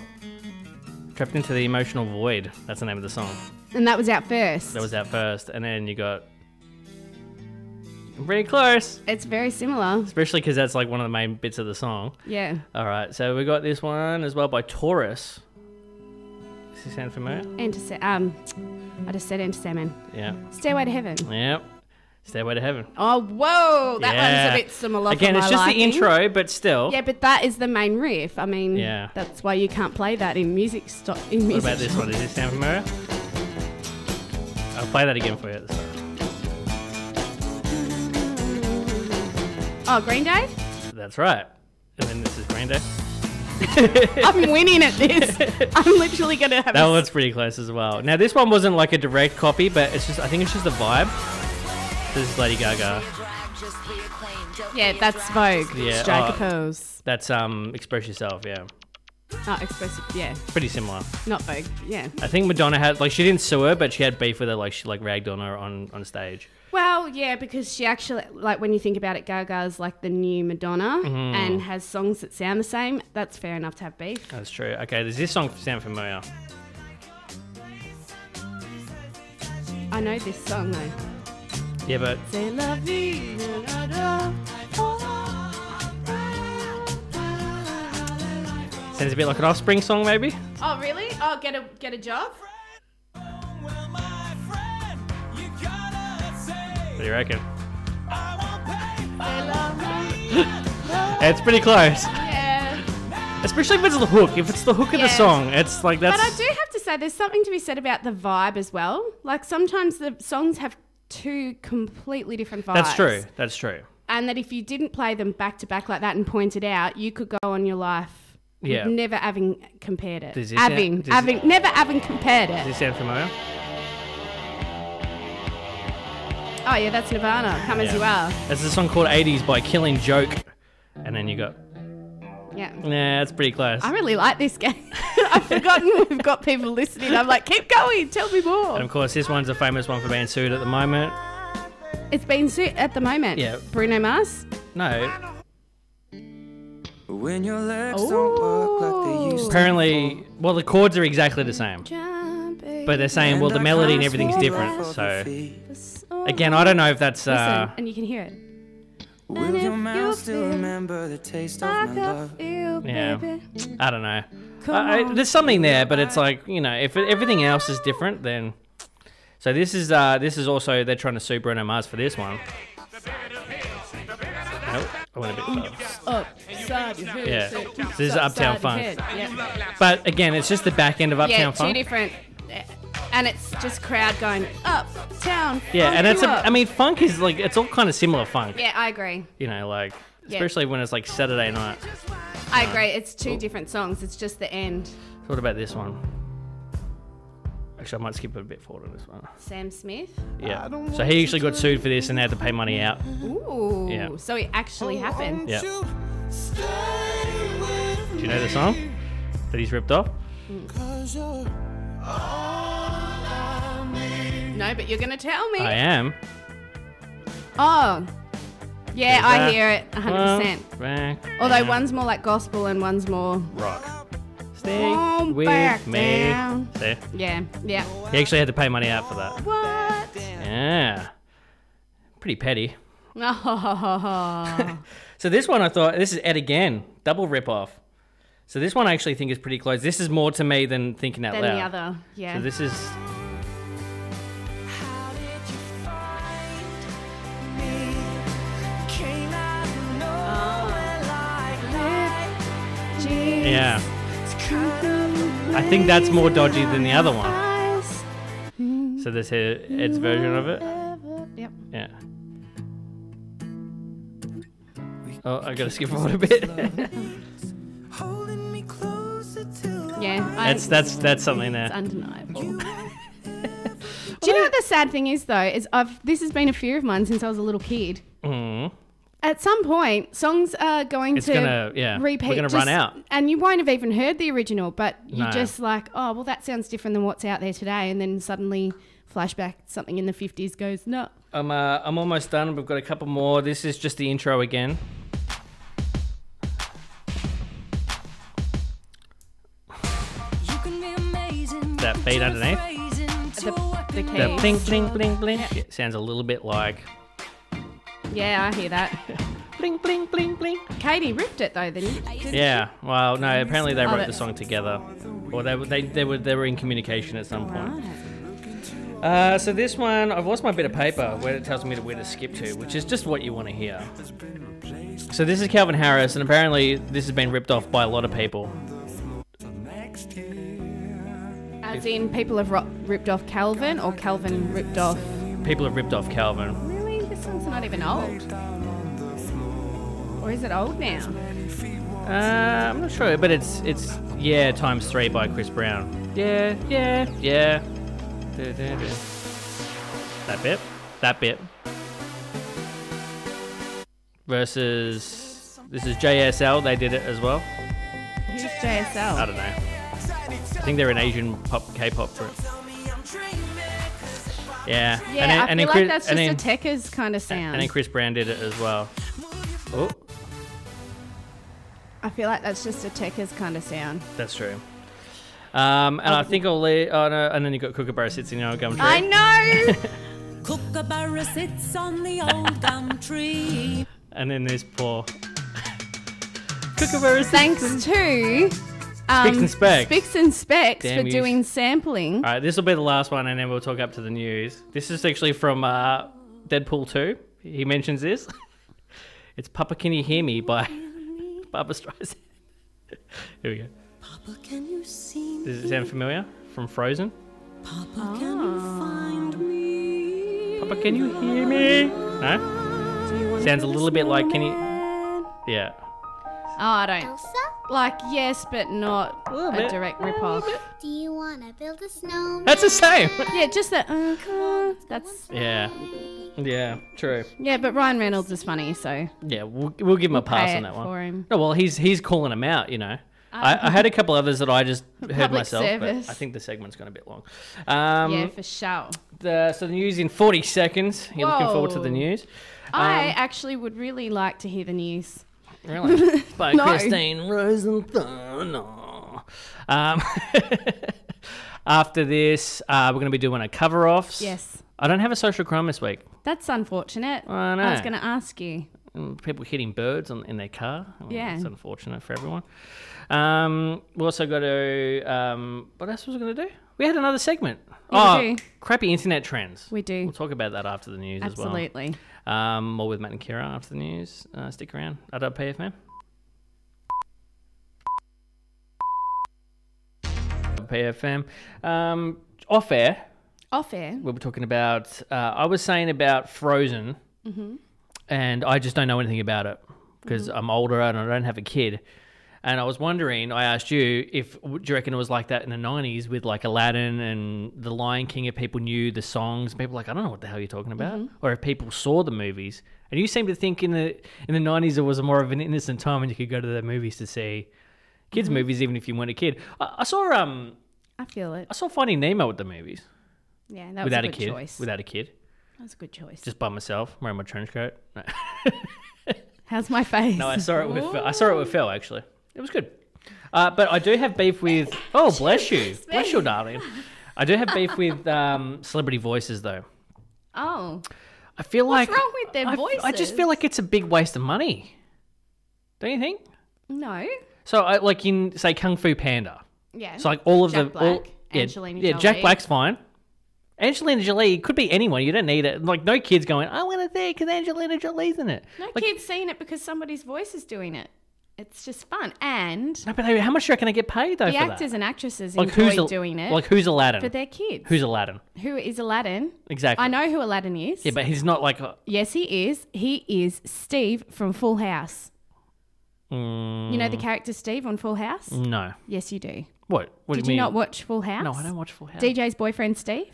Trapped into the Emotional Void. That's the name of the song.
And that was out first.
That was out first. And then you got... Pretty close.
It's very similar.
Especially because that's like one of the main bits of the song.
Yeah.
All right, so we got this one as well by Taurus. Does this sound familiar?
Enter Sa- um I just said Enter Sandman.
Yeah.
Stairway to Heaven.
Yep. Stairway to Heaven.
Oh whoa, that
Yeah.
one's a bit similar. for
Again, it's
my
just
liking.
the intro, but still.
Yeah, but that is the main riff. I mean,
Yeah.
that's why you can't play that in music stop in
What
music.
about this one? Is this sound familiar? I'll play that again for you. Sorry.
Oh, Green Day? Oh,
That's right. And then this is Green Day.
I'm winning at this. I'm literally gonna have.
That
a
one's pretty close as well. Now this one wasn't like a direct copy, but it's just I think it's just the vibe. This is Lady Gaga.
Yeah, that's Vogue.
Yeah,
Strike
oh.
a pose.
That's um Express Yourself, yeah.
Not expressive. Yeah,
Pretty similar.
not Vogue. Yeah.
I think Madonna had like she didn't sue her, but she had beef with her, like she like ragged on her on, on stage.
Well, yeah, because she actually like when you think about it, Gaga's like the new Madonna
Mm-hmm.
and has songs that sound the same. That's fair enough to have beef.
That's true. Okay, does this song sound familiar?
I know this song though.
Yeah, but
Say love me.
sounds a bit like an offspring song maybe?
Oh really? Oh get a get a job?
What do you reckon? it's pretty close.
Yeah.
Especially if it's the hook. If it's the hook of the
Yeah.
song, it's like that's
But I do have to say, there's something to be said about the vibe as well. Like sometimes the songs have two completely different vibes.
that's true. That's true.
And that if you didn't play them back to back like that and point it out, you could go on your life with
Yeah.
never having compared it.
Does this
having,
sound- does-
having, never having compared
Does
it.
this sound familiar?
Oh yeah, that's Nirvana. Come as you
Yeah.
are.
That's a song called 80s by Killing Joke. And then you got.
Yeah.
Nah, that's pretty close.
I really like this game. I've forgotten we've got people listening. I'm like, keep going, tell me more.
And of course, this one's a famous one for being sued at the moment.
It's been suit at the moment.
Yeah.
Bruno Mars.
No,
When your legs don't work like they used
Oh.
apparently, well, the chords are exactly the same, but they're saying, well, the melody and everything's different. So again, I don't know if that's uh,
and you can hear it.
Will your mouth still remember the taste of my love?
yeah, I don't know. I, I, there's something there, but it's like you know, if everything else is different, then. So this is uh, this is also they're trying to sue Bruno Mars for this one. Nope, I went a bit far.
Upside your head.
Yeah.
Sit
This is Uptown
upside your
Funk.
head. Yeah,
But again, it's just the back end of Uptown
yeah two
Funk.
different. eh, And it's just crowd going uptown.
yeah, and
funk
it's
you
a,
up.
I mean, funk is like it's all kind of similar funk.
Yeah, I agree.
You know, like
Yeah.
especially when it's like Saturday night.
I agree. It's two different songs. It's just the end.
So what about this one? Actually, I might skip a bit forward on this one.
Sam Smith.
Yeah. So he actually got sued for this and had to pay money out.
Ooh.
Yeah.
So it actually happened.
Yeah. Do you know the song that he's ripped off?
No, but you're gonna tell me.
I am.
Oh. Yeah,
There's
I
that.
hear it 100%.
Well, back
Although
down.
one's more like gospel and one's more.
rock. Stay
Come
with
back
me.
down.
See?
Yeah, yeah.
He actually had to pay money out for that.
What?
Yeah. Pretty petty.
Oh,
So this one I thought this is Ed again, double rip off. So this one I actually think is pretty close. This is more to me than thinking out
then
loud.
the other. Yeah.
So this is yeah. I think that's more dodgy than the other one. So this here Ed's version of it.
Yep.
Yeah. Oh, I gotta skip forward a bit.
Holding me closer till
Yeah. I-
that's that's that's something
It's
there.
undeniable. Do you know what the sad thing is though? Is I've this has been a fear of mine since I was a little kid.
Mm.
At some point, songs are going
It's
to
gonna- yeah, we're
repeat.
gonna
just-
run out.
and you won't have even heard the original. But you're
No.
just like, oh well, that sounds different than what's out there today. And then suddenly, flashback, something in the fifties goes, no,
I'm uh, I'm almost done. We've got a couple more. This is just the intro again. That beat underneath.
the, the key.
The bling bling bling bling. It sounds a little bit like
Yeah, I hear that.
bling bling bling bling.
Katie ripped it though. Then
Yeah. Well, no. Apparently they wrote
that-
the song together, or they were- they they were they were in communication at some point. Uh, so this one, I've lost my bit of paper where it tells me to where to skip to, which is just what you want to hear. So this is Calvin Harris, and apparently this has been ripped off by a lot of people.
as in people have ro- ripped off Calvin or Calvin ripped off.
People have ripped off Calvin.
Really, this song's not even old. Or is it old now?
Uh, I'm not sure, but it's it's yeah times three by Chris Brown. Yeah, yeah, yeah. Du- du- du. That bit, that bit. Versus this is JSL. They did it as well.
Who's
I
JSL?
don't know. I think they're an Asian pop K-pop group. Yeah.
Yeah,
and then,
I
and
feel
then Chris,
like that's
and
just
then,
a Techers kind of sound.
And then Chris Brown did it as well. Oh,
I feel like that's just a Techers kind of sound.
that's true. Um, and I think I'll leave. Oh no! And then you got Kookaburra sits in your own gum tree.
I know.
Kookaburra sits on the old gum tree.
And then there's poor Kookaburra sits.
Thanks to um,
Spicks and Specs.
Spicks and Specs
Damn
for
yous.
doing sampling.
All right, this will be the last one, and then we'll talk up to the news. This is actually from uh, Deadpool Two. He mentions this. it's Papa Can You Hear Me by Barbara Streisand. Here we go.
Papa, can you see me?
Does it sound familiar from Frozen?
Papa, can you find me?
Papa, can you hear me? No? Sounds a little bit like, can you- Yeah.
Oh, I don't
Elsa,
like. Yes, but not a,
bit.
direct ripoff.
do you wanna build a snowman?
That's the same!
Yeah, just that. Uh, cool. that's
yeah. Yeah, true.
yeah, but Ryan Reynolds is funny, so
Yeah, we'll, we'll give him a pass
pay
on
it
that one.
for him. Uh,
No, well, he's he's calling him out, you know. I, I had a couple others that I just heard
Public
myself,
service.
but I think the segment's gone a bit long. Um,
yeah, for sure.
the, so the news in 40 seconds. You're looking forward to the
Whoa.
news.
I
um,
actually would really like to hear the news.
Really? By
No.
Christine Rosenthal. Um, after this, uh, we're going to be doing a cover offs.
Yes.
I don't have a social crime this week.
That's unfortunate.
I
I was
know.
going to ask you.
Mm, People hitting birds on, in their car. I mean,
Yeah.
It's unfortunate for everyone. Um, we also got to. Um, what else was I going to do? We had another segment. Oh,
do.
crappy internet trends.
We do.
We'll talk about that after the news as
Absolutely.
well. Um, more with Matt and Kira after the news. Uh, stick around. I dub PFM. PFM. Um, off air,
Off air.
we were talking about. Uh, I was saying about Frozen,
Mm-hmm.
and I just don't know anything about it because I'm older and I don't have a kid. And I was wondering, I asked you if do you reckon it was like that in the '90s with like Aladdin and The Lion King, if people knew the songs, people were like I don't know what the hell you're talking about,
Mm-hmm.
or if people saw the movies. And you seem to think in the in the '90s it was more of an innocent time, and you could go to the movies to see
Mm-hmm.
kids' movies, even if you weren't a kid. I, I saw um
I feel it.
I saw Finding Nemo at the movies
Yeah, that was
without
a
a,
good
kid,
choice.
without a kid
that was a good choice.
just by myself wearing my trench coat. No,
How's my face?
no I saw it with I saw it with Phil actually. It was good, uh, but I do have beef with. Oh, bless you, bless you, darling. I do have beef with um, celebrity voices though.
Oh,
I feel
What's
like
wrong with their
I, I just feel
voices?
like it's a big waste of money. Don't you think?
no.
So, I, like in say Kung Fu Panda,
Yeah.
so like all of
Jack
the all-
Black,
yeah,
Angelina
yeah, Jack
Jolie.
Black's fine. Angelina Jolie could be anyone. You don't need it. Like no kids going, I want to see because Angelina Jolie's in it.
no
like,
kid's seeing it because somebody's voice is doing it. It's just fun. And
No, but how much do you reckon I get paid though
the
for
actors
that?
and actresses
Like
enjoy
who's Al-
doing it
Like who's Aladdin?
for their kids.
who's Aladdin?
Who is Aladdin?
Exactly.
I know who Aladdin is.
Yeah, but he's not like. a-
yes, he is. He is Steve from Full House.
Mm,
You know the character Steve on Full House?
no.
Yes, you do.
What? What
Did
do
you
you mean?
not watch Full House?
No, I don't watch Full House.
DJ's boyfriend Steve?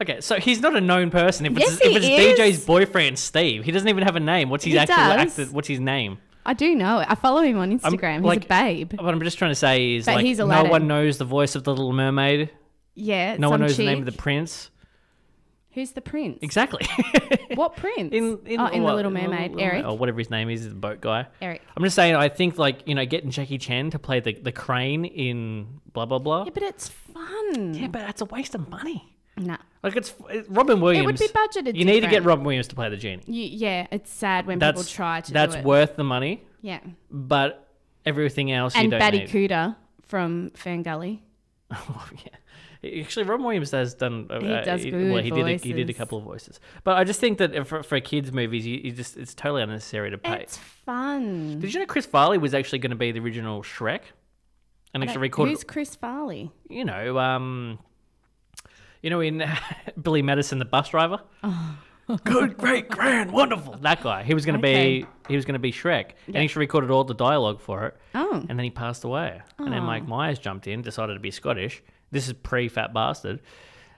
okay, so he's not a known person. If it's,
Yes,
if it's
he is.
DJ's boyfriend Steve, he doesn't even have a name. What's his
He
actual
does.
actor? What's his name?
I do know. it. I follow him on
I'm-
Instagram.
like- um,
He's a babe.
What I'm just trying to say is
But
like
he's
no
Aladdin.
one knows the voice of the Little Mermaid.
Yeah.
No one
some
knows the name of the
chick.
prince.
Who's the prince?
Exactly.
What prince?
in in,
oh, in
what-
the Little Mermaid. Eric.
or whatever his name is, the boat guy.
Eric.
I'm just saying, I think like you know, getting Jackie Chan to play the, the crane in blah blah blah.
Yeah, but it's fun.
Yeah, but that's a waste of money.
Nah.
Like it's it- Robin Williams.
be budgeted
You need to get
different.
Robin Williams to play the genie.
You, yeah, it's sad when
That's
people try to.
that's
do it.
worth the money,
Yeah.
but everything else you
And
don't
Batty
need.
Cooter from Fangully.
Well, yeah. Actually, Robin Williams has done. uh,
He does
well,
good
he did. A, he did a
voices.
couple of voices, but I just think that for, for kids' movies, you, you just it's totally unnecessary to pay.
It's fun.
Did you know Chris Farley was actually going to be the original Shrek, and actually recorded
Who's Chris Farley?
you
Oh.
know, um, you know, in Billy Madison, the bus driver. Good, great, grand, wonderful. That guy. He was gonna
Okay.
be he was gonna be Shrek, and he actually recorded all the dialogue for it.
Oh.
And then he passed away. And then Mike Myers jumped in, decided to be Scottish. This is pre-Fat Bastard,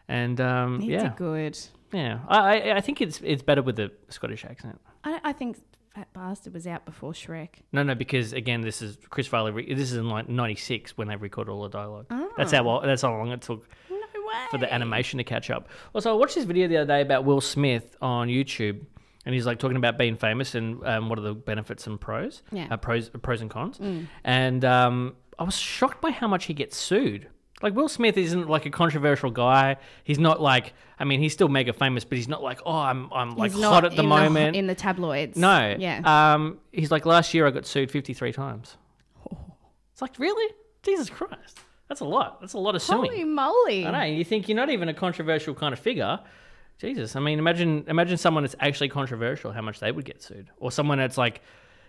and um,
He
yeah,
did good.
yeah. I, I I think it's it's better with the Scottish accent.
I, I think Fat Bastard was out before Shrek.
No, no, because again, this is Chris Farley. Re- this is in like '96 when they recorded all the dialogue.
Ah.
That's how well, that's how long it took
No way.
for the animation to catch up. Also, I watched this video the other day about Will Smith on YouTube, and he's like talking about being famous and um, what are the benefits and pros,
Yeah. Mm.
uh, pros, pros and cons. And um, I was shocked by how much he gets sued. Like Will Smith isn't like a controversial guy. He's not like I mean he's still mega famous, but he's not like oh I'm I'm like
He's
hot
not
at the
in
moment.
in the Uh, tabloids.
No.
Yeah.
Um, he's like, last year I got sued 53 times.
Oh.
It's like, really? Jesus Christ. That's a lot. That's a lot of suing.
Holy moly!
I know. You think you're not even a controversial kind of figure. Jesus. I mean, imagine imagine someone that's actually controversial, how much they would get sued. Or someone that's like,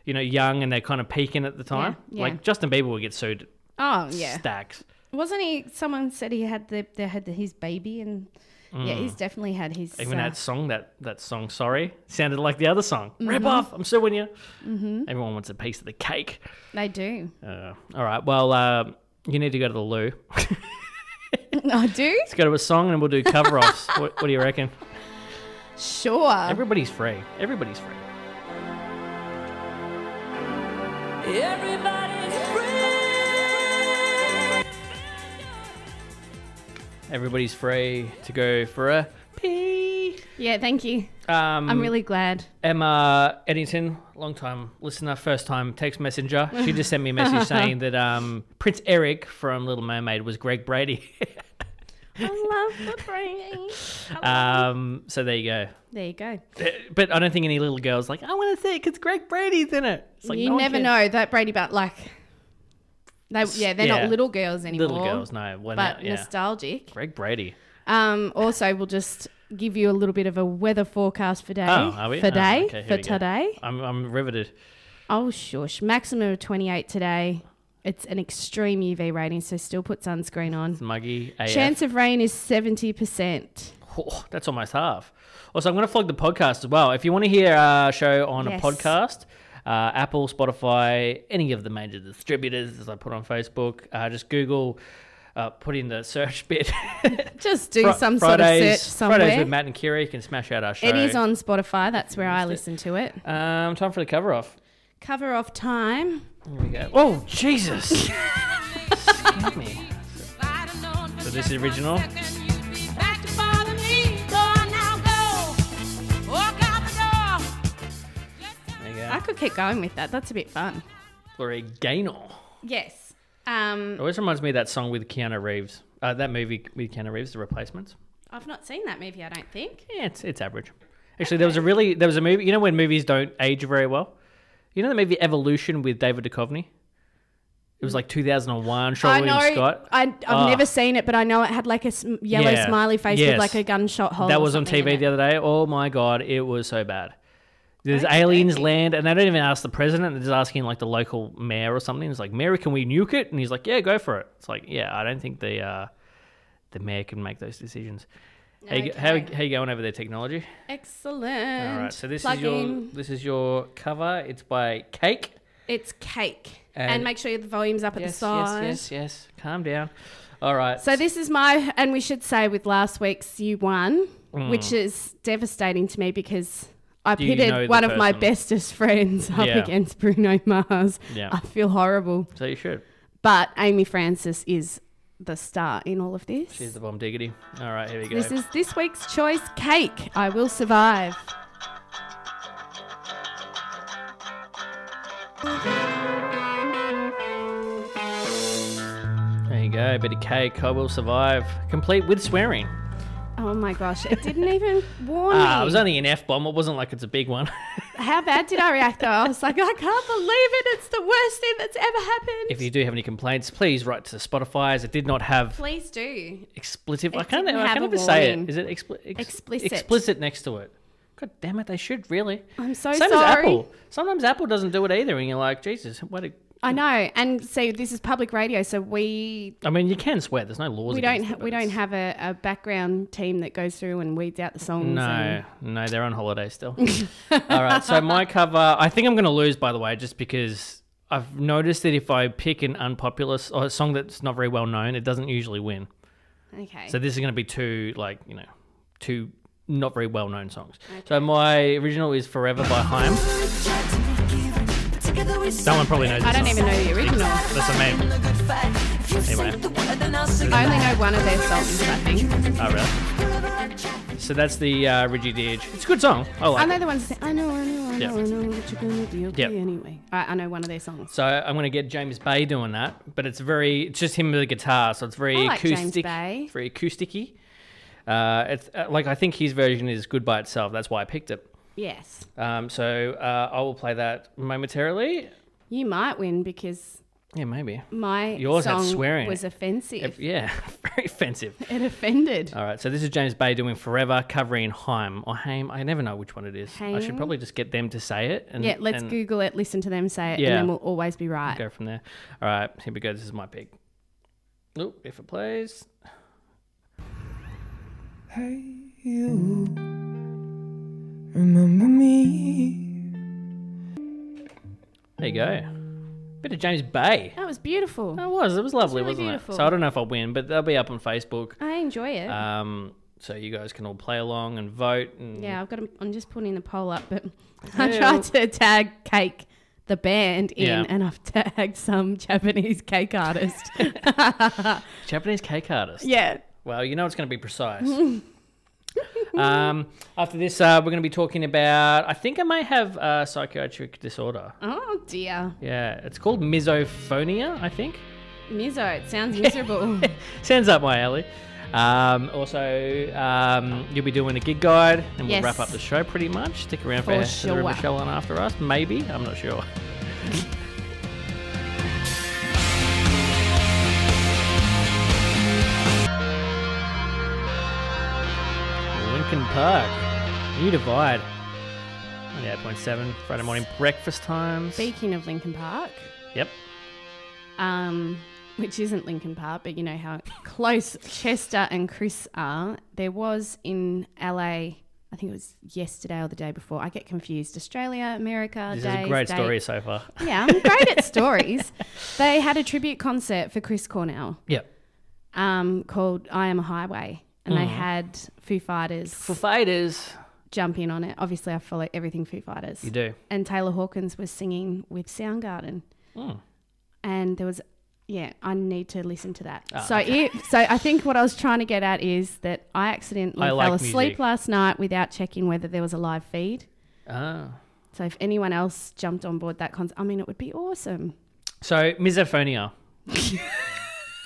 you know, young and they're kind of peaking at the time.
yeah.
Like Justin Bieber would get sued
Oh yeah.
stacks.
Wasn't he? Someone said he had the they had the, his baby and yeah, he's definitely had his.
Mm. Even
uh,
that song, that, that song, sorry, sounded like the other song.
Mm-hmm.
Rip off, I'm suing you. Everyone wants a piece of the cake.
they do.
Uh, all right. Well, uh, you need to go to the loo. Let's
I do.
go to a song and we'll do cover offs. what, what do you reckon?
Sure.
Everybody's free. Everybody's free. Everybody's free to go for a pee.
yeah. Thank you.
Um,
I'm really glad.
Emma Eddington, long time listener, first time text messenger. She just sent me a message saying that um, Prince Eric from Little Mermaid was Greg Brady.
I love the brain.
um, so there you go.
There you go.
But I don't think any little girls like I want to see it because Greg Brady's in it. It's like,
you
no one
never
cares.
know that Brady, but like, they yeah, they're
yeah.
not little girls anymore.
Little girls, no. When
but
that- yeah.
nostalgic.
Greg Brady.
Um, also, we'll just give you a little bit of a weather forecast for day
Oh, are we?
for
Oh,
day
okay, here
for
we go.
today.
I'm I'm riveted.
Oh shush! Maximum of 28 today. It's an extreme UV rating, so still put sunscreen on.
Muggy AF.
Chance of rain is 70%.
Oh, that's almost half. Also, I'm going to flog the podcast as well. If you want to hear our show on
Yes.
a podcast, uh, Apple, Spotify, any of the major distributors, as I put on Facebook, uh, just Google, uh, put in the search bit.
Just do
Fri-
some sort of search
Fridays with
somewhere.
Matt and Kiri you can smash out our show.
It is on Spotify. That's where I listen to it.
Um, time for the cover off.
Cover off time.
Here we go. Oh, Jesus. Scared me. So this is original. There you
I
go.
could keep going with that. That's a bit fun.
Gloria Gaynor.
Yes. Um,
It always reminds me of that song with Keanu Reeves. Uh, that movie with Keanu Reeves, The Replacements.
I've not seen that movie, I don't think.
Yeah, it's it's average. Actually, there was a really there was a movie. You know when movies don't age very well. You know the movie Evolution with David Duchovny. It was like 2001. Sean
I
William
know.
Scott.
I, I've
Ah.
never seen it, but I know it had like a sm- yellow
Yeah.
smiley face
Yes.
with like a gunshot hole.
that
Oh, or
was on
something in
TV
it.
the other day. Oh my god, it was so bad. There's aliens land, and they don't even ask the president. They're just asking like the local mayor or something. It's like, Mayor, can we nuke it? And he's like, Yeah, go for it. It's like, Yeah, I don't think the uh, the mayor can make those decisions. How, you, how,
Okay.
how you going over their technology?
Excellent.
All right, so this
Plug
is your
in.
this is your cover. It's by Cake.
It's cake. And,
And-
make sure the volume's up at the side.
yes, yes, yes. Calm down. All right.
So this is my, and we should say with last week's you won, which is devastating to me because I
Mm. you
pitted
know the
one of my
person?
bestest friends up
Yeah.
against Bruno Mars.
Yeah.
I feel horrible,
So you should.
but Amy Francis is the star in all of this.
Here's the bomb diggity. All right, here we go.
This is this week's choice cake. I will survive.
there you go. A bit of cake. I will survive. Complete with swearing.
Oh my gosh, it didn't even warn
Ah,
me.
it was only an F bomb. It wasn't like it's a big one.
How bad did I react though? I was like, I can't believe it. It's the worst thing that's ever happened.
if you do have any complaints, please write to Spotify as it did not have
Please do.
explicit. I
It
can't.
didn't
I
have
can't
a
even say
warning.
it. Is it expli- ex-
Explicit.
Explicit next to it. God damn it! They should really.
I'm so
Same
sorry.
as Apple. Sometimes Apple doesn't do it either, and you're like, Jesus, what? A,
I know. And see, this is public radio, so we
I mean, you can swear. There's no laws.
we don't
against
ha-
it,
we
but
don't
it's-
have a, a background team that goes through and weeds out the songs.
No,
and-
no, they're on holiday still. All right, so my cover, I think I'm going to lose, by the way, just because I've noticed that if I pick an unpopular s- or a song that's not very well known, it doesn't usually win.
okay.
So this is going to be two, like, you know, two not very well known songs. So my original is Forever by Haim. Someone probably knows
I
this
don't
song.
even know the original.
That's a meme.
I only know one of their songs, I think.
Oh, really? So that's the uh, Rigid Edge. It's a good song. I like
I know
it.
the ones that say, I know, I know, I
Yeah.
know, I know that you're going to be okay
Yeah.
anyway. I, I know one of their songs.
So I'm going to get James Bay doing that, but it's very, it's just him with a guitar, so it's very
I like James
acoustic,
Bay.
very acousticy. Uh, it's uh, like I think his version is good by itself. That's why I picked it.
Yes.
Um, so uh, I will play that momentarily.
You might win because
Yeah, maybe.
my
Yours had
song
swearing in
was
it.
offensive.
If- Um, yeah, very offensive.
it offended.
All right, so this is James Bay doing "Forever," covering Haim or Haim. I never know which one it is. I should
Haim?
probably just get them to say it. And,
yeah, let's
and
Google it, listen to them say it,
Yeah.
and then we'll always be right.
go from there. All right, here we go. This is my pick. Oh, if it plays.
Hey, you. Remember me?
There you go. Bit of James Bay.
That was beautiful.
It was. It was lovely,
really
wasn't
beautiful.
it? So I don't know if I'll win, but they'll be up on Facebook.
I enjoy it.
Um, so you guys can all play along and vote. And
yeah, I've got. A, I'm just putting the poll up, but I tried to tag cake the band in,
Yeah.
and I've tagged some Japanese cake artist.
Japanese cake artist.
yeah,
Well, you know it's going to be precise. um, after this, uh, we're going to be talking about. I think I may have uh, psychiatric disorder.
Oh dear,
Yeah, it's called misophonia. I think.
Mizo. It sounds miserable.
Sounds up my alley. Um, also, um, you'll be doing a gig guide, and we'll
Yes.
wrap up the show pretty much. Stick around for,
For
for the
sure.
Michelle on after us, maybe. I'm not sure. Lincoln Park, New Divide, 98.7 Friday morning breakfast times.
Speaking of Lincoln Park,
Yep.
um, which isn't Lincoln Park, but you know how close Chester and Chris are. There was in LA. I think it was yesterday or the day before. I get confused. Australia, America.
This
days,
is a great
dates.
story so far.
Yeah, I'm great at stories. They had a tribute concert for Chris Cornell
Yep.
um, called I Am a Highway. And
Mm.
they had Foo Fighters
For fighters.
jump in on it. Obviously, I follow everything Foo Fighters.
You do.
And Taylor Hawkins was singing with Soundgarden.
Mm.
And there was, yeah, I need to listen to that.
Ah,
so, it, so I think what I was trying to get at is that I accidentally
I
fell
like music.
asleep last night without checking whether there was a live feed.
Ah.
So if anyone else jumped on board that concert, I mean, it would be awesome.
So misophonia.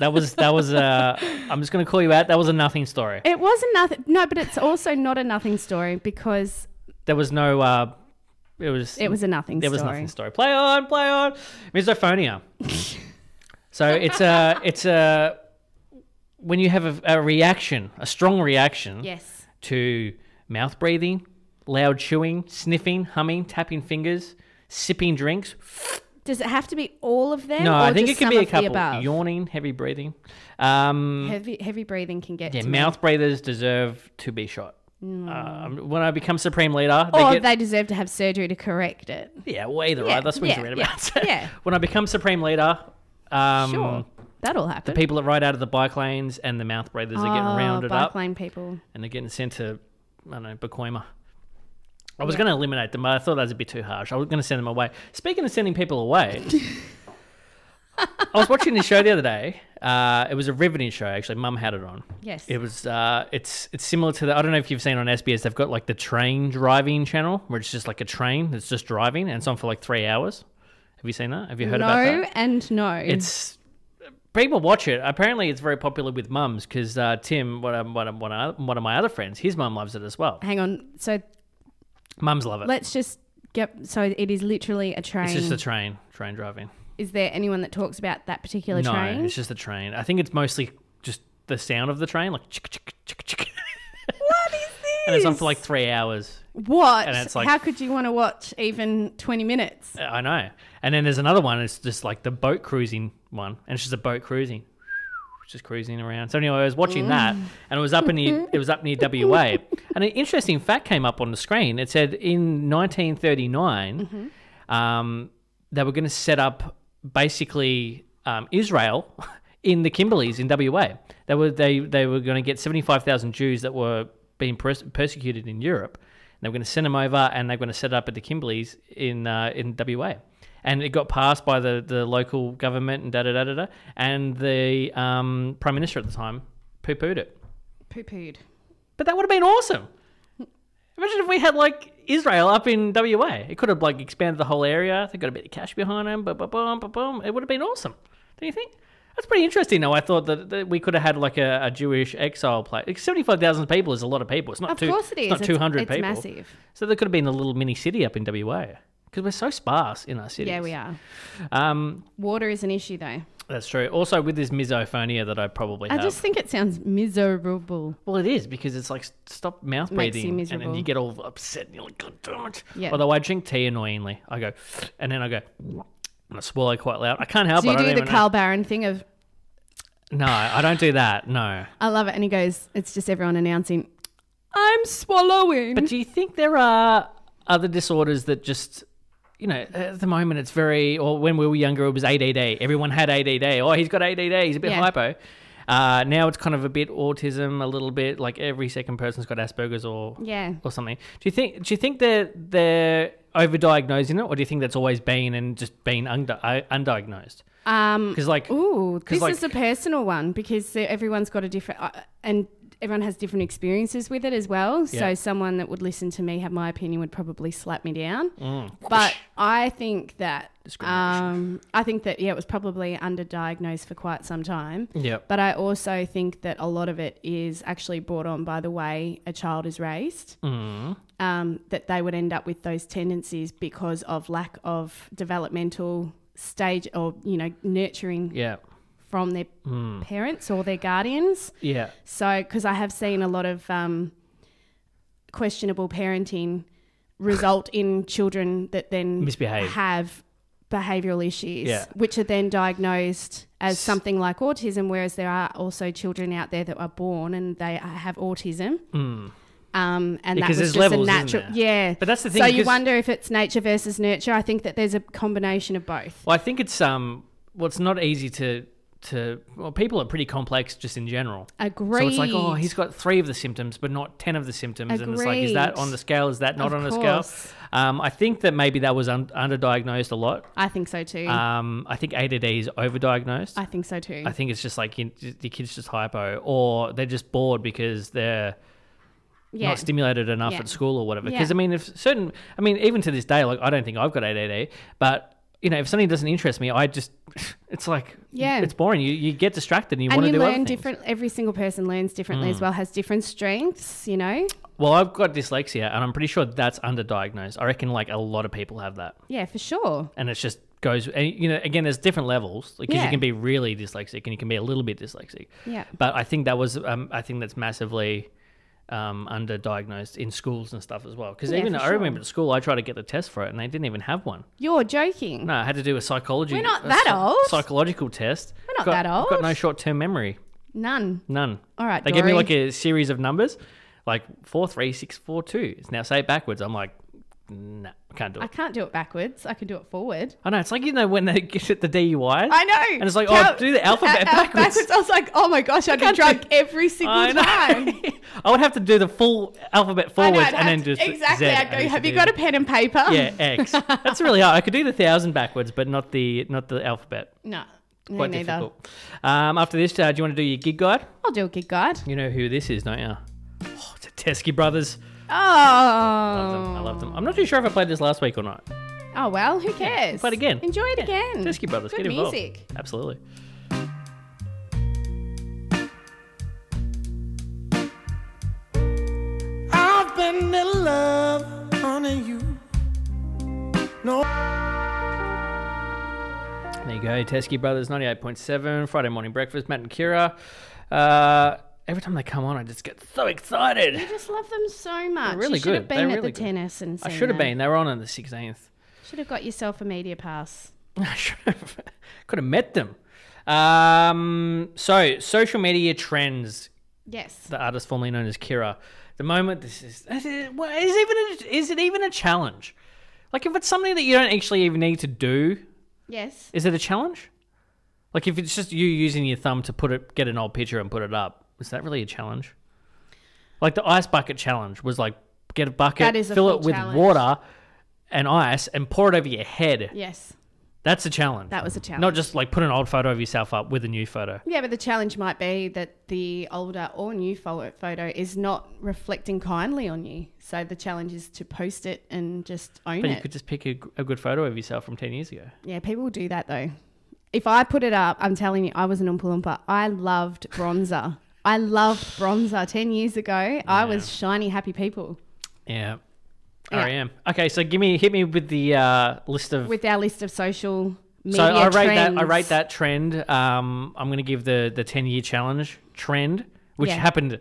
that was that was uh I'm just gonna call you out. That was a nothing story.
It was a nothing. No, but it's also not a nothing story because
There was no uh it was
it was a nothing
there was
story.
nothing story. Play on, play on. Misophonia. so it's a it's a when you have a, a reaction, a strong reaction
Yes.
to mouth breathing, loud chewing, sniffing, humming, tapping fingers, sipping drinks,
Does it have to be all of them?
No,
or
I think it
just
can
some
be a
of the
couple.
above?
Yawning, heavy breathing. Um,
Heavy, heavy breathing can get
yeah,
to me.
mouth breathers deserve to be shot.
Mm.
Um, when I become supreme leader, they
Or
get
they deserve to have surgery to correct it.
yeah, well, either
Oh, Yeah,
right. That's what he's
yeah,
read
yeah,
about.
yeah.
when I become supreme leader, um,
Sure, that'll happen.
people that ride out of the bike lanes and the mouth breathers are getting
Oh,
rounded
bike
up
lane people.
and they're getting sent to I don't know Pacoima. I was going to eliminate them, but I thought that was a bit too harsh. I was going to send them away. Speaking of sending people away, I was watching this show the other day. Uh, it was a riveting show, actually. Mum had it on.
Yes.
It was. Uh, it's it's similar to the. I don't know if you've seen on SBS. They've got like the train driving channel, where it's just like a train that's just driving, and it's on for like three hours. Have you seen that? Have you heard about that?
no and no.
It's people watch it. Apparently, it's very popular with mums because uh, Tim, one of, one, of, one, of, one of my other friends, his mum loves it as well.
Hang on. So
Mums love it.
let's just get. So it is literally a train.
it's just a train, train driving.
is there anyone that talks about that particular
no,
train?
it's just a train. I think it's mostly just the sound of the train, like chick chick chick chick. What is this? And it's on for like three hours.
What?
And it's like-
How could you want to watch even 20 minutes?
I know. And then there's another one. It's just like the boat cruising one, and it's just a boat cruising, just cruising around. So anyway, I was watching that, and it was up in near, it was up near WA, and an interesting fact came up on the screen. It said in 1939, um, they were going to set up basically um, Israel in the Kimberleys in WA. They were they they were going to get 75,000 Jews that were being pers- persecuted in Europe. And they were going to send them over, and they were going to set up at the Kimberleys in uh, in WA. And it got passed by the, the local government and da da da da da. And the um, prime minister at the time poo pooed it.
Poo pooed.
But that would have been awesome. Imagine if we had like Israel up in WA. It could have like expanded the whole area. They got a bit of cash behind them. Ba ba boom, ba boom. It would have been awesome. Don't you think? That's pretty interesting, though. I thought that, that we could have had like a, a Jewish exile place. Seventy-five thousand people is a lot of people. It's not
Of
two,
course it is.
It's not two hundred
it's,
people.
It's massive.
So there could have been a little mini city up in WA because we're so sparse in our cities.
Yeah, we are.
Um,
Water is an issue, though.
that's true. Also, with this misophonia that I probably
I
have.
just think it sounds miserable.
Well, it is because it's like s- stop mouth
Makes you
breathing, and then
miserable.
you get all upset, and you're like, "God damn it!"
Yeah.
Although I drink tea annoyingly, I go, and then I go, and I swallow quite loud. I can't help
Do
it.
you
I don't
do the
even know-
Carl Barron thing of,
No, I don't do that. No.
I love it, and he goes, it's just everyone announcing, I'm swallowing.
But do you think there are other disorders that just, you know, at the moment it's very, or when we were younger, it was ADD. Everyone had ADD. Oh, he's got ADD. He's a bit
Yeah.
hypo. Uh, now it's kind of a bit autism, a little bit like every second person's got Asperger's or
Yeah.
or something. Do you think do you think they're they're overdiagnosing it, or do you think that's always been and just been under, uh, undiagnosed?
Um,
Because like
Ooh,
'Cause,
this is a
like-
personal one because there- everyone's got a different, uh, and everyone has different experiences with it as well.
Yeah.
So someone that would listen to me have my opinion would probably slap me down. But I think that,
Mm. Discrimination.
um, I think that yeah, it was probably underdiagnosed for quite some time.
Yep.
But I also think that a lot of it is actually brought on by the way a child is raised. Um, that they would end up with those tendencies because of lack of developmental stage or you know nurturing
yeah,
from their parents or their guardians.
yeah,
So, because I have seen a lot of um, questionable parenting result in children that then
Misbehave.
have behavioural issues,
Yeah.
which are then diagnosed as something like autism. Whereas there are also children out there that are born and they have autism. Um, and
Hmm. Because
that was
there's
just
levels,
a
isn't
natural,
there?
yeah.
But that's the thing,
So you
because-
wonder if it's nature versus nurture. I think that there's a combination of both.
Well, I think it's um, well, it's not easy to to. Well, people are pretty complex just in general.
Agreed.
So it's like, oh, he's got three of the symptoms, but not ten of the symptoms, and it's like, is that
Agreed.
on the scale? Is that not
Of
on the
course.
scale? Um, I think that maybe that was un- underdiagnosed a lot.
I think so too.
Um, I think ADD is overdiagnosed.
I think so too.
I think it's just like you, the kid's just hypo, or they're just bored because they're
yeah.
not stimulated enough
Yeah.
at school or whatever. Because
Yeah.
I mean, if certain, I mean, even to this day, like I don't think I've got ADD, but you know, if something doesn't interest me, I just, it's like,
Yeah.
it's boring. You you get distracted and you
and
want
you
to do other
learn
things.
different every single person learns differently as well has different strengths you know
Well, I've got dyslexia, and I'm pretty sure that's underdiagnosed. I reckon like a lot of people have that,
yeah for sure
and it's just goes. And you know, again, there's different levels because you
Yeah.
can be really dyslexic and you can be a little bit dyslexic.
Yeah.
But I think that was, um, I think that's massively. Um, underdiagnosed in schools and stuff as well. Because
Yeah,
even
for
I
sure.
remember at school, I tried to get the test for it, and they didn't even have one.
you're joking
No, I had to do a psychology.
We're not
a
that
psy-
old.
Psychological test.
We're not
Got-
that
I've got
old.
no short-term memory.
none
None.
All right,
They gave me
Dory.
like a series of numbers, like four, three, six, four, two. It's now say it backwards. I'm like, nah, I can't do
i
it.
can't do it backwards i can do it forward
I know. It's like you know when they get at the DUI.
i know
And it's like,
Count-
oh, do the alphabet
al- al-
backwards.
i was like oh my gosh i'd be
can't do-
drunk every single
I know.
time
I would have to do the full alphabet
I know,
forwards
I'd
and then
have to-
just
exactly
Z.
i'd
I
go
used
have
to
you
do
got a
that.
pen and paper
Yeah, X. That's really hard. I could do the thousand backwards, but not the not the alphabet.
no me
Quite
neither
difficult. Um, after this, uh, do you want to do your gig guide?
i'll do a good guide
You know who this is, don't you? Oh, it's the Teskey brothers.
oh
Love them. I love them. I'm not too sure if I played this last week or not.
oh well who cares
play it again.
enjoy it again
Teskey brothers,
Hmm. good
get involved.
music
Absolutely.
I've been in love, honey, you.
There you go, Teskey Brothers, 98.7, Friday morning breakfast, Matt and Kira. Uh, Every time they come on, I just get so excited.
I just love them so much.
really
you should have
good. They're
been at
really
the
good.
tennis and
I
seen
should have
them.
been. They were on on the 16th.
Should have got yourself a media pass.
I should have. Could have met them. Um, so, social media trends.
Yes.
The artist formerly known as Kira. The moment this is, is it, well, is even a, is it even a challenge? Like, if it's something that you don't actually even need to do,
Yes.
is it a challenge? Like, if it's just you using your thumb to put it, get an old picture and put it up, is that really a challenge? Like the ice bucket challenge was like get a bucket,
That is a
fill
full
it with
challenge.
water and ice, and pour it over your head.
Yes.
That's a challenge.
That was a challenge.
Not just like put an old photo of yourself up with a new photo.
Yeah, but the challenge might be that the older or new pho- photo is not reflecting kindly on you. So the challenge is to post it and just own
But
it.
you could just pick a, a good photo of yourself from 10 years ago.
Yeah, people will do that though. If I put it up, I'm telling you, I was an Oompa Loompa. I loved bronzer. I loved bronzer. 10 years ago, I was shiny, happy people
Yeah.
Yeah.
REM. E Okay, so give me hit me with the uh, list of
with our list of social media
So I rate
trends.
that I rate that trend. Um, I'm going to give the the 10 year challenge trend, which
Yeah.
happened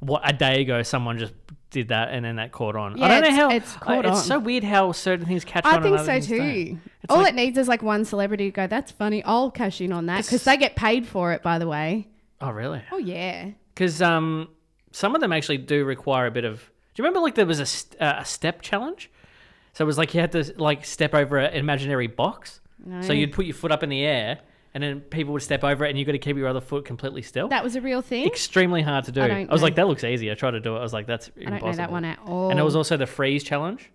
what a day ago. Someone just did that, and then that caught on.
Yeah,
I don't know
it's-
how
it's caught
it's
on.
so weird how certain things catch on.
I
and
think
other
so
things
too.
don't.
All it needs is like one celebrity to go, that's funny, I'll cash in on that because they get paid for it, by the way.
Oh really?
Oh, yeah.
Because um, some of them actually do require a bit of. Do you remember like there was a, st- uh, a step challenge? So it was like you had to like step over an imaginary box. So you'd put your foot up in the air, and then people would step over it, and you got to keep your other foot completely still.
That was a real thing.
extremely hard to do.
I
I,
don't
was
know.
like, that looks easy. I tried to do it. I was like, that's
I
impossible.
don't know that one at all.
And there was also the freeze challenge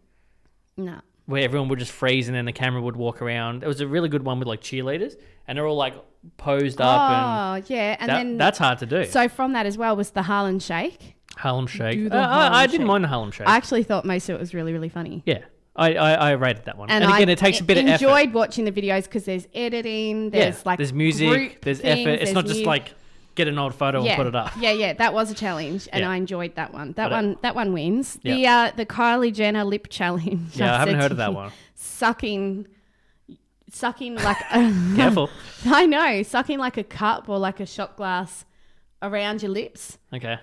No.
where everyone would just freeze and then the camera would walk around. It was a really good one with like cheerleaders, and they're all like posed up,
Oh, yeah. And
and that,
then.
that's hard to do.
so from that as well was the Harlan Shake.
Harlem Shake.
Do the
Uh, I, I
Harlem
didn't
Shake.
mind the Harlem Shake.
I actually thought most of it was really, really funny.
Yeah, I, I, I rated that one. And, again,
I
it takes a bit
enjoyed
of effort.
watching the videos because there's editing,
Yeah,
there's like
there's
group
music, there's
things,
effort. It's
there's
not just
new-
like get an old photo
yeah,
and put it up.
Yeah, yeah, that was a challenge, and
Yeah.
I enjoyed that one. That
But it-
one, that one wins.
Yeah.
The uh, the Kylie Jenner lip challenge.
Yeah, I haven't
said
heard
to
of that
you,
one.
Sucking, sucking like
Careful.
I know, sucking like a cup or like a shot glass around your lips,
Okay.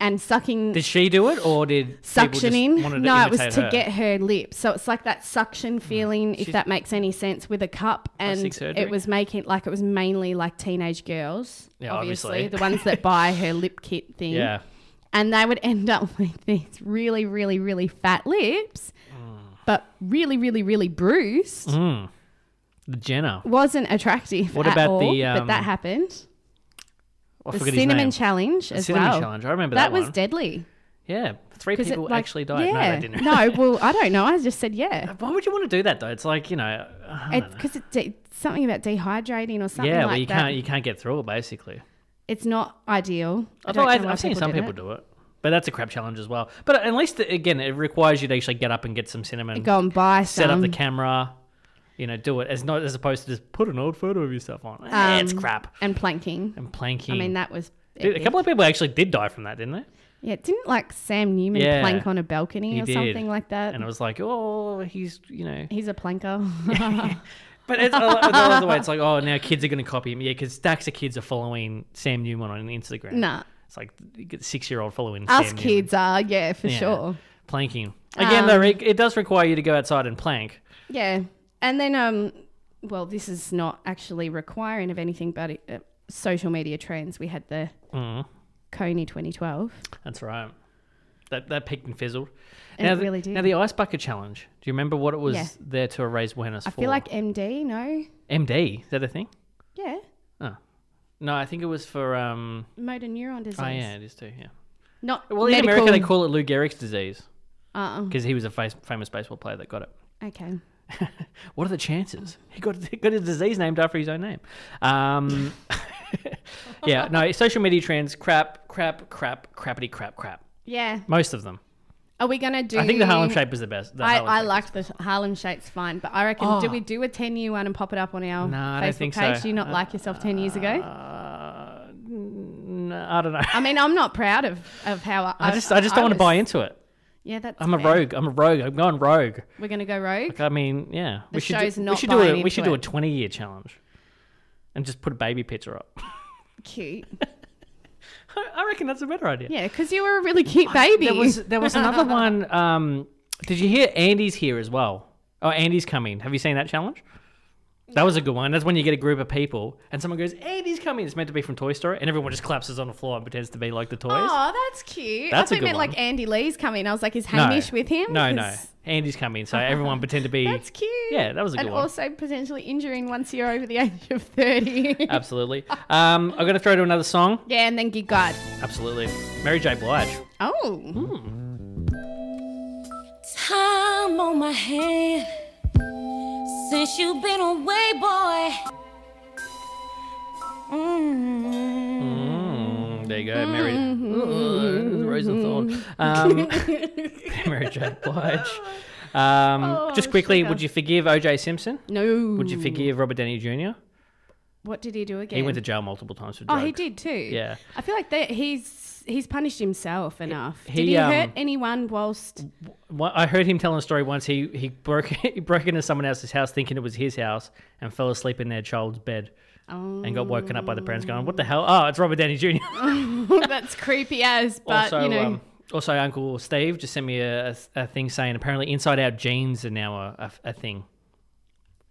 and sucking
Did she do it or did people just wanted
suctioning.
to
No, it was
imitate
to
her? Mm.
get her lips. So it's like that suction feeling, if that makes any sense, with a cup. And
Plastic surgery?
it was making like it was mainly like teenage girls,
Yeah,
obviously,
obviously.
the ones that buy her lip kit thing.
Yeah.
And they would end up with these really, really, really fat lips,
Ah.
but really, really, really bruised.
The Jenna.
Wasn't attractive.
Mm-hmm. What
at
about
all,
the,
But that
um,
happened.
I
The
forget his
cinnamon
name.
challenge as
cinnamon
well.
challenge. I remember
that
that
was
one.
deadly.
Yeah, three
'Cause it,
people
like-
actually died. No,
Yeah.
they didn't.
well, I don't know. I just said yeah.
Why would you want to do that though? It's like you know, uh,
It's because it's de- something about dehydrating or something
yeah,
like
well you
that.
can't you can't get through it basically.
It's not ideal. I
Although
don't
I
know
have
why
seen some
did
people do it, but that's a crap challenge as well. But at least again, it requires you to actually get up and get some cinnamon,
Go and buy
set up
some.
the camera, you know, do it as not as opposed to just put an old photo of yourself on. Eh, it's
Um,
crap
And planking.
and planking.
I mean, that was.
Mm. Dude, a
epic.
couple of people actually did die from that, didn't they?
yeah, didn't like Sam Newman
Yeah.
plank on a balcony
He
or
did.
something like that?
And it was like, oh, he's you know,
He's a planker.
But it's all, the other way. It's like, oh, now kids are going to copy him. Yeah, because stacks of kids are following Sam Newman on Instagram.
nah,
It's like six year old following
us
Sam
kids are yeah for
Newman. Yeah.
sure. Um,
Planking. Again, though, it, it does require you to go outside and plank.
Yeah, and then um, well, this is not actually requiring of anything, but it, uh, social media trends. We had the
Mm-hmm.
Coney 2012.
That's right. That, that peaked and fizzled.
It
now, the-
really did.
Now, the ice bucket challenge. Do you remember what it was
Yeah.
there to raise awareness
I
for?
feel like MD. No,
MD. Is that a thing?
yeah,
No, I think it was for. Um,
motor neuron disease.
oh, yeah, it is too. Yeah.
Not
Well,
medical.
in America, they call it Lou Gehrig's disease
Uh-uh.
because he was a face, famous baseball player that got it.
Okay.
What are the chances? He got he got his disease named after his own name. Um, yeah, no, social media trends, crap, crap, crap, crappity, crap, crap.
Yeah.
Most of them.
Are we gonna do?
I think the Harlem Shape was the best. The
I,
Harlem
I
Shake.
liked the Harlem Shakes fine, but I reckon do we do a ten year one and pop it up on our
No, Oh. I
Facebook
don't think so.
page? Do you not like yourself ten years ago?
No, I don't know.
I mean, I'm not proud of of how I.
I just I just don't want to
was-
buy into it.
Yeah, that's.
I'm a
fair.
rogue. I'm a rogue. I'm going rogue.
We're gonna go rogue.
I mean, yeah.
The show's
do, we
not
should do
buying
a, we
into
should do a
it.
20 year challenge, and just put a baby picture up.
Cute.
I reckon that's a better idea.
Yeah, because you were a really cute baby.
There was there was another one. Um, did you hear Andy's here as well? Oh, Andy's coming. Have you seen that challenge? That was a good one. That's when you get a group of people and someone goes, "Andy's coming." It's meant to be from Toy Story, and everyone just collapses on the floor and pretends to be like the toys.
Oh, that's cute.
That's a
I thought it
good
meant
one.
like Andy Lee's coming. I was like, is
No.
Hamish with him?
No, no.
'Cause
Andy's coming, so everyone pretend to be.
That's cute.
Yeah, that was a good
and
one.
also potentially injuring once you're over the age of 30.
Absolutely. Um, I'm gonna throw to another song.
yeah, and then Gig Guide.
Absolutely. Mary J. Blige.
Oh.
Time on my hand since you've been away, boy.
Mm-hmm.
Mm.
Mm, there you go, Mary.
Hmm.
Ooh, Rose and Thorn. Um, Mary J. Blige. Um, just quickly,
Oh, sugar. Hmm.
would you forgive O.J. Simpson?
No.
Would you forgive Robert Downey Jr.?
What did he do again?
He went to jail multiple times for
Oh,
drugs.
he did too.
Yeah.
I feel like that he's he's punished himself enough.
he,
did he
um,
hurt anyone whilst?
Wha- I heard him telling a story once. He he broke he broke into someone else's house thinking it was his house and fell asleep in their child's bed
Oh,
and got woken up by the parents going, "What the hell? Oh, it's Robert Downey Jr."
that's creepy as. But
also,
you know,
um, also Uncle Steve just sent me a, a, a thing saying apparently inside out jeans are now a, a, a thing.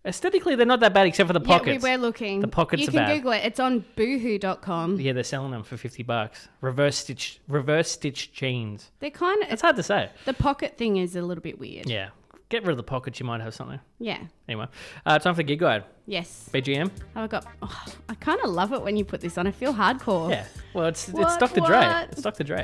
Aesthetically, they're not that bad except for the
yeah,
pockets.
we were looking.
The pockets
You
are
can
bad.
Google it. It's on Boohoo.com.
Yeah, they're selling them for fifty bucks. Reverse stitch, reverse stitch jeans.
They're kind of
It's hard to say.
the pocket thing is a little bit weird.
Yeah, get rid of the pockets. You might have something.
Yeah.
Anyway, uh, time for gig guide.
Yes.
BGM.
Have I got? oh, I kind of love it when you put this on. I feel hardcore.
Yeah. Well, it's it's
What,
Dr. Dre.
what?
It's Dr. Dre.